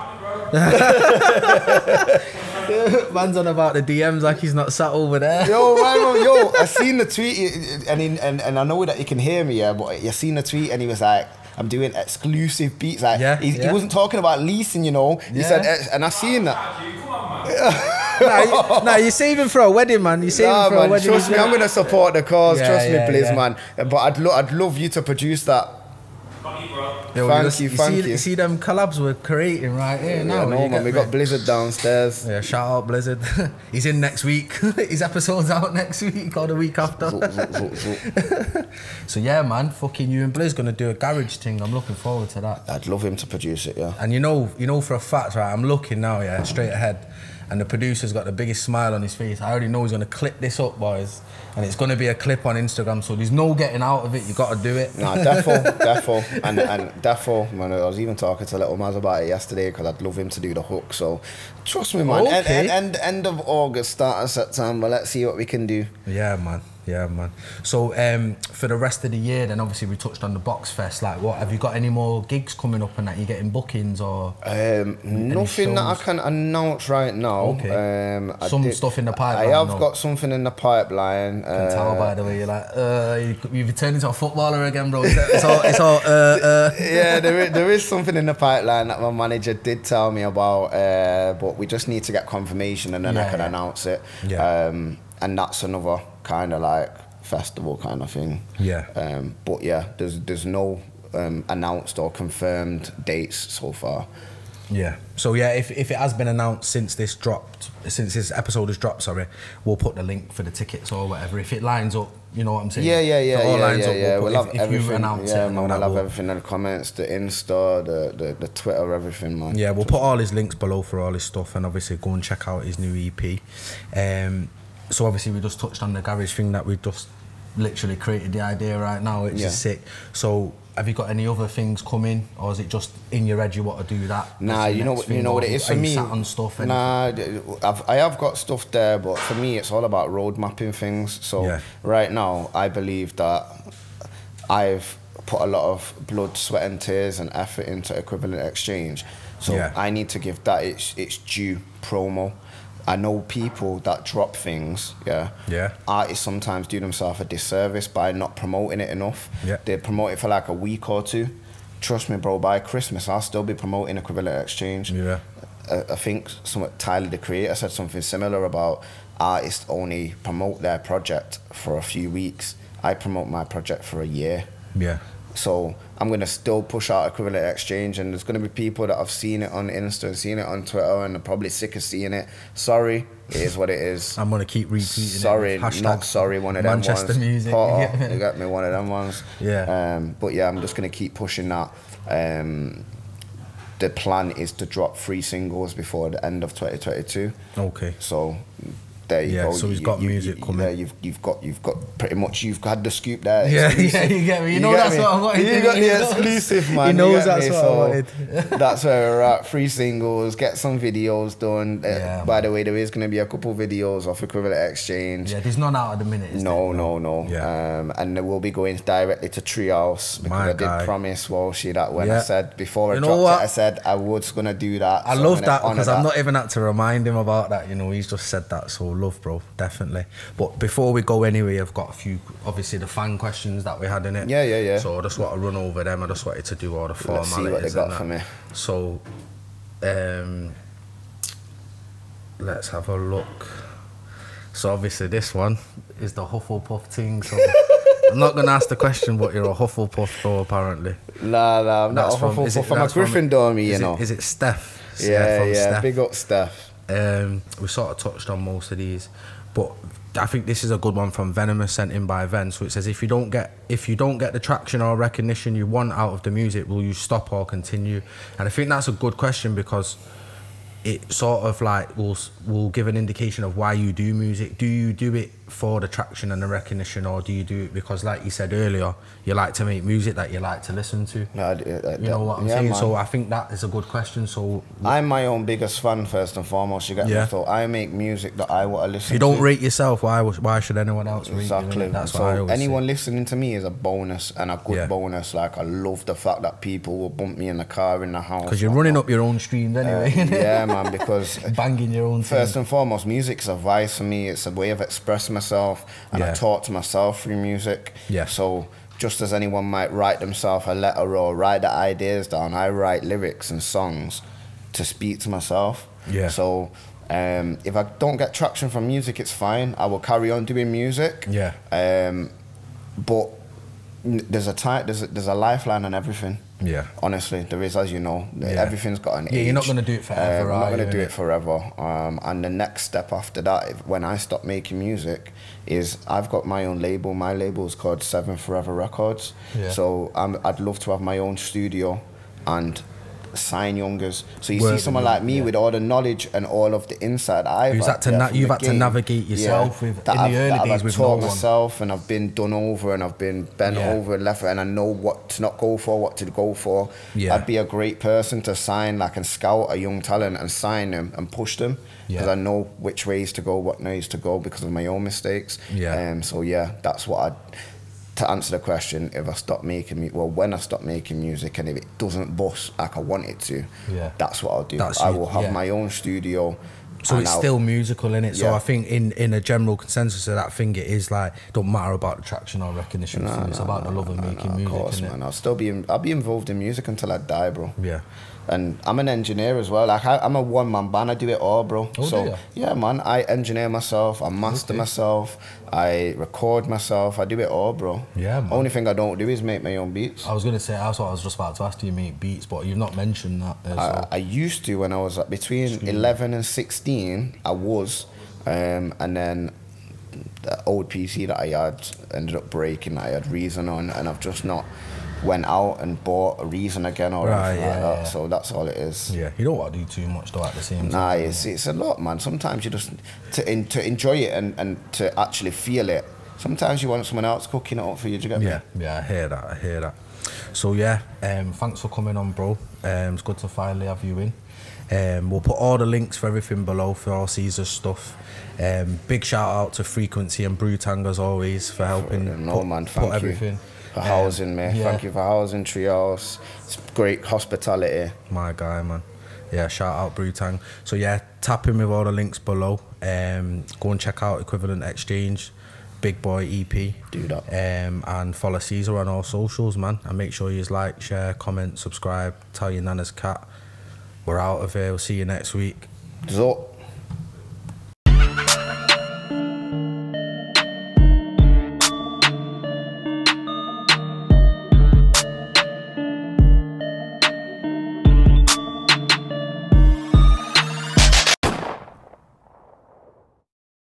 Speaker 1: Man's on about the DMs like he's not sat over there.
Speaker 2: Yo, man, yo, I seen the tweet, and he, and and I know that he can hear me, yeah. But I seen the tweet, and he was like, "I'm doing exclusive beats." Like,
Speaker 1: Yeah,
Speaker 2: he, he
Speaker 1: yeah.
Speaker 2: wasn't talking about leasing, you know. He
Speaker 1: Yeah.
Speaker 2: said, "Ex-" and I seen that.
Speaker 1: nah, you, nah, you're saving for a wedding, man. You're saving
Speaker 2: Nah,
Speaker 1: for a
Speaker 2: man,
Speaker 1: wedding.
Speaker 2: trust me,
Speaker 1: you
Speaker 2: I'm
Speaker 1: know?
Speaker 2: gonna support the cause.
Speaker 1: Yeah,
Speaker 2: trust
Speaker 1: yeah,
Speaker 2: me, please,
Speaker 1: yeah.
Speaker 2: man. But I'd lo- I'd love you to produce that.
Speaker 1: Yo,
Speaker 2: thank
Speaker 1: just-
Speaker 2: you, thank
Speaker 1: see,
Speaker 2: you.
Speaker 1: see them collabs we're creating right here now.
Speaker 2: yeah,
Speaker 1: you
Speaker 2: no,
Speaker 1: get
Speaker 2: man. We
Speaker 1: me?
Speaker 2: got Blizzard downstairs.
Speaker 1: Yeah, shout out Blizzard. He's in next week. His episode's out next week or the week
Speaker 2: Zoop,
Speaker 1: after.
Speaker 2: zoop, zoop, zoop.
Speaker 1: so yeah, man, fucking you and Blizz gonna do a garage thing. I'm looking forward to that.
Speaker 2: I'd love him to produce it. Yeah.
Speaker 1: And you know, you know for a fact, right? I'm looking now, yeah, straight ahead, and the producer's got the biggest smile on his face. I already know he's gonna clip this up, boys, and it's gonna be a clip on Instagram. So there's no getting out of it. You gotta do it.
Speaker 2: Nah, defo, defo, and and defo, man. I was even talking to Little Maz about it yesterday because I'd love him to do the hook. So, trust me, man. End,
Speaker 1: Okay.
Speaker 2: end, end, end of August, start of September. Let's see what we can do.
Speaker 1: Yeah, man. Yeah, man. So um, for the rest of the year, then obviously we touched on the Box Fest. Like, what have you got any more gigs coming up and that? You getting bookings or?
Speaker 2: Um, nothing that I
Speaker 1: shows?
Speaker 2: can announce right now.
Speaker 1: Okay.
Speaker 2: Um, I
Speaker 1: Some stuff in the pipeline,
Speaker 2: I have
Speaker 1: though.
Speaker 2: got something in the pipeline.
Speaker 1: I can tell
Speaker 2: uh,
Speaker 1: by the way you're like, uh, you- you've turned into a footballer again, bro. It's it's all, it's all, uh, uh.
Speaker 2: yeah, there is, there is something in the pipeline that my manager did tell me about, uh, but we just need to get confirmation and then I
Speaker 1: Yeah,
Speaker 2: can
Speaker 1: yeah.
Speaker 2: announce it.
Speaker 1: Yeah.
Speaker 2: Um, and that's another kind of like festival kind of thing.
Speaker 1: Yeah.
Speaker 2: Um, but yeah, there's there's no um, announced or confirmed dates so far.
Speaker 1: Yeah. So yeah, if, if it has been announced since this dropped, since this episode has dropped, sorry, we'll put the link for the tickets or whatever. If it lines up, you know what I'm saying.
Speaker 2: Yeah, yeah,
Speaker 1: If
Speaker 2: yeah,
Speaker 1: it all
Speaker 2: yeah,
Speaker 1: lines
Speaker 2: yeah,
Speaker 1: up,
Speaker 2: yeah.
Speaker 1: We'll,
Speaker 2: We'll
Speaker 1: put,
Speaker 2: have
Speaker 1: if, if you
Speaker 2: everything.
Speaker 1: announce
Speaker 2: yeah,
Speaker 1: it, and all
Speaker 2: man,
Speaker 1: that,
Speaker 2: we'll have
Speaker 1: we'll-
Speaker 2: everything in the comments, the Insta, the, the, the Twitter, everything, man.
Speaker 1: Yeah, we'll put all his links below for all his stuff, and obviously go and check out his new EP. Um, so obviously we just touched on the garage thing that we just literally created the idea right now, which
Speaker 2: Yeah.
Speaker 1: is sick. So have you got any other things coming, or is it just in your head you want to do that?
Speaker 2: Nah,
Speaker 1: That's the
Speaker 2: you know
Speaker 1: next
Speaker 2: what you
Speaker 1: thing,
Speaker 2: know
Speaker 1: or
Speaker 2: what it is
Speaker 1: are
Speaker 2: for
Speaker 1: you
Speaker 2: me.
Speaker 1: Sat on stuff. And
Speaker 2: nah, d- I've, I have got stuff there, but for me, it's all about road mapping things. So
Speaker 1: Yeah.
Speaker 2: right now, I believe that I've put a lot of blood, sweat, and tears and effort into equivalent exchange. So
Speaker 1: Yeah.
Speaker 2: I need to give that its its due promo. I know people that drop things, yeah.
Speaker 1: Yeah.
Speaker 2: Artists sometimes do themselves a disservice by not promoting it enough.
Speaker 1: Yeah.
Speaker 2: They promote it for like a week or two. Trust me, bro, by Christmas, I'll still be promoting equivalent exchange.
Speaker 1: Yeah.
Speaker 2: I, I think some Tyler the Creator said something similar about artists only promote their project for a few weeks. I promote my project for a year.
Speaker 1: Yeah.
Speaker 2: So I'm gonna still push out equivalent exchange, and there's gonna be people that have seen it on Insta, and seen it on Twitter, and are probably sick of seeing it. Sorry, it is what it is.
Speaker 1: I'm gonna keep retweeting.
Speaker 2: sorry,
Speaker 1: it. Hashtag
Speaker 2: not sorry. One of them
Speaker 1: Manchester
Speaker 2: ones.
Speaker 1: music.
Speaker 2: Porter,
Speaker 1: Yeah.
Speaker 2: you got me. One of them ones.
Speaker 1: Yeah.
Speaker 2: Um, but yeah, I'm just gonna keep pushing that. Um, the plan is to drop three singles before the end of 2022.
Speaker 1: Okay.
Speaker 2: So there you
Speaker 1: Yeah,
Speaker 2: go.
Speaker 1: so
Speaker 2: You-
Speaker 1: he's got
Speaker 2: you- you-
Speaker 1: music
Speaker 2: you-
Speaker 1: coming.
Speaker 2: there you've you've got you've got pretty much you've had the scoop there.
Speaker 1: Yeah,
Speaker 2: Exclusive.
Speaker 1: yeah, you get me. You know
Speaker 2: get
Speaker 1: that's what I wanted,
Speaker 2: You
Speaker 1: didn't
Speaker 2: got
Speaker 1: you? He
Speaker 2: the
Speaker 1: knows.
Speaker 2: exclusive,
Speaker 1: He
Speaker 2: man. you
Speaker 1: knows
Speaker 2: get
Speaker 1: that's
Speaker 2: me?
Speaker 1: what I
Speaker 2: So
Speaker 1: wanted.
Speaker 2: that's where we're at. Three singles, get some videos done. Uh,
Speaker 1: Yeah,
Speaker 2: by the way, there is going to be a couple videos off equivalent exchange.
Speaker 1: Yeah, there's none out at the minute. Is
Speaker 2: No, no, no.
Speaker 1: Yeah.
Speaker 2: Um, and then we'll be going directly to Treehouse because
Speaker 1: My
Speaker 2: I did
Speaker 1: guy.
Speaker 2: promise Walshy that when I
Speaker 1: Yeah.
Speaker 2: said before I
Speaker 1: You know
Speaker 2: dropped
Speaker 1: what?
Speaker 2: it, I said I was gonna do that.
Speaker 1: I
Speaker 2: so I'm
Speaker 1: love
Speaker 2: gonna
Speaker 1: that
Speaker 2: honour
Speaker 1: because I've
Speaker 2: that.
Speaker 1: not even had to remind him about that. You know, he's just said that. So love, bro, definitely. But before we go anyway, I've got a few, obviously the fan questions that we had in it.
Speaker 2: Yeah, yeah, yeah.
Speaker 1: So I just want to run over them. I just wanted to do all the
Speaker 2: Let's
Speaker 1: formalities.
Speaker 2: see what they got
Speaker 1: and that.
Speaker 2: for me.
Speaker 1: So, um, let's have a look. So obviously this one is the Hufflepuff thing. So I'm not gonna ask the question, but you're a Hufflepuff though, apparently.
Speaker 2: Nah, nah, I'm not
Speaker 1: That's
Speaker 2: off from,
Speaker 1: is
Speaker 2: from,
Speaker 1: it-
Speaker 2: a
Speaker 1: that's from-
Speaker 2: Gryffindor, me, you
Speaker 1: is it-
Speaker 2: know.
Speaker 1: Is it Steph?
Speaker 2: yeah,
Speaker 1: from
Speaker 2: yeah,
Speaker 1: Steph.
Speaker 2: big up stuff.
Speaker 1: Um, we sort of touched on most of these, but I think this is a good one from Venomous, sent in by Ven. So it says, if you don't get if you don't get the traction or recognition you want out of the music, will you stop or continue? And I think that's a good question because it sort of like will s- will give an indication of why you do music. Do you do it for the traction and the recognition, or do you do it because, like you said earlier, you like to make music that you like to listen to?
Speaker 2: Nah, I d- I- I-
Speaker 1: You know what I'm
Speaker 2: yeah,
Speaker 1: saying?
Speaker 2: man.
Speaker 1: So I think that is a good question. So
Speaker 2: I'm my own biggest fan, first and foremost. You get
Speaker 1: Yeah.
Speaker 2: me? So I make music that I want to listen
Speaker 1: If you don't
Speaker 2: to.
Speaker 1: rate yourself, why was- why should anyone else rate you?
Speaker 2: Exactly.
Speaker 1: innit? That's what I
Speaker 2: so
Speaker 1: always
Speaker 2: anyone listening to me is a bonus and a good
Speaker 1: Yeah.
Speaker 2: bonus. Like I love the fact that people will bump me in the car, in the house.
Speaker 1: Uh, because you're running up your own streams anyway. innit?
Speaker 2: yeah, man, because
Speaker 1: banging your own thing.
Speaker 2: first and foremost, music's a vice for me. It's a way of expressing myself, and I
Speaker 1: Yeah.
Speaker 2: talk to myself through music.
Speaker 1: Yeah.
Speaker 2: So just as anyone might write themselves a letter or write their ideas down, I write lyrics and songs to speak to myself.
Speaker 1: Yeah.
Speaker 2: So. Um, if I don't get traction from music, it's fine. I will carry on doing music.
Speaker 1: Yeah.
Speaker 2: Um, but n- there's a time, there's a, there's a lifeline and everything.
Speaker 1: Yeah.
Speaker 2: Honestly, there is, as you know,
Speaker 1: Yeah.
Speaker 2: everything's got an
Speaker 1: Yeah,
Speaker 2: age.
Speaker 1: you're not gonna do it forever,
Speaker 2: I'm not
Speaker 1: are
Speaker 2: gonna
Speaker 1: you,
Speaker 2: do
Speaker 1: innit?
Speaker 2: it forever. Um, and the next step after that, if, when I stop making music, is I've got my own label. My label is called Seven Forever Records.
Speaker 1: Yeah.
Speaker 2: So i I'd love to have my own studio, and sign youngers. So you
Speaker 1: Word
Speaker 2: see someone
Speaker 1: and-
Speaker 2: like me
Speaker 1: yeah.
Speaker 2: with all the knowledge and all of the insight I've
Speaker 1: Who's had to
Speaker 2: yeah,
Speaker 1: na-
Speaker 2: from
Speaker 1: you've
Speaker 2: the
Speaker 1: had to navigate yourself with-
Speaker 2: that
Speaker 1: in the
Speaker 2: I've-
Speaker 1: early
Speaker 2: that I've
Speaker 1: days with
Speaker 2: taught
Speaker 1: no one.
Speaker 2: myself and I've been done over and I've been bent
Speaker 1: Yeah.
Speaker 2: over and left and I know what to not go for, what to go for.
Speaker 1: Yeah.
Speaker 2: I'd be a great person to sign like and scout a young talent and sign them and push them because
Speaker 1: Yeah.
Speaker 2: I know which ways to go, what ways to go because of my own mistakes.
Speaker 1: Yeah.
Speaker 2: Um, so yeah, that's what I. To answer the question, if I stop making mu- well, when I stop making music, and if it doesn't bust like I want it to,
Speaker 1: Yeah.
Speaker 2: that's what I'll do.
Speaker 1: That's
Speaker 2: I
Speaker 1: you-
Speaker 2: will have
Speaker 1: yeah.
Speaker 2: my own studio.
Speaker 1: So
Speaker 2: and
Speaker 1: it's
Speaker 2: I'll-
Speaker 1: still musical in it. So
Speaker 2: Yeah.
Speaker 1: I think in in a general consensus of that thing, it is like don't matter about the traction or recognition. for you, it's about the love of
Speaker 2: No, no,
Speaker 1: making
Speaker 2: of
Speaker 1: music.
Speaker 2: course,
Speaker 1: innit?
Speaker 2: man. I'll still be in, I'll be involved in music until I die, bro.
Speaker 1: Yeah.
Speaker 2: And I'm an engineer as well. Like I, I'm a one man band. I do it all, bro.
Speaker 1: Oh, do
Speaker 2: so
Speaker 1: ya?
Speaker 2: yeah, man. I engineer myself. I master
Speaker 1: Okay.
Speaker 2: myself. I record myself. I do it all, bro.
Speaker 1: Yeah, man.
Speaker 2: Only thing I don't do is make my own beats.
Speaker 1: I was gonna say that's what I was just about to ask. Do you make beats? But you've not mentioned that. There, so.
Speaker 2: I, I used to when I was like, between
Speaker 1: Hmm.
Speaker 2: 11 and 16, I was. Um, and then the old PC that I had ended up breaking that I had Reason on, and I've just not went out and bought a Reason again or
Speaker 1: Right,
Speaker 2: anything like
Speaker 1: yeah,
Speaker 2: that.
Speaker 1: yeah.
Speaker 2: So that's all it is.
Speaker 1: yeah, you don't want to do too much though. At the same time,
Speaker 2: Nah, it's, it's a lot, man. Sometimes you just to in, to enjoy it and, and to actually feel it. Sometimes you want someone else cooking it up for you. Do you get me?
Speaker 1: Yeah, yeah, I hear that. I hear that. So yeah, um, thanks for coming on, bro. Um, it's good to finally have you in. Um, we'll put all the links for everything below for all Caesar stuff. Um, big shout out to Frequency and Brewtang as always for helping
Speaker 2: No
Speaker 1: put,
Speaker 2: man,
Speaker 1: put
Speaker 2: thank
Speaker 1: everything.
Speaker 2: you for
Speaker 1: Um,
Speaker 2: housing me.
Speaker 1: yeah.
Speaker 2: Thank you for housing Trios. It's great hospitality.
Speaker 1: My guy, man. Yeah, shout out Brutang. So yeah, tap him with all the links below. Um, go and check out Equivalent Exchange, Big Boy EP.
Speaker 2: Do that.
Speaker 1: Um, and follow Caesar on all socials, man. And make sure you like, share, comment, subscribe, tell your nana's cat. We're out of here. We'll see you next week.
Speaker 2: So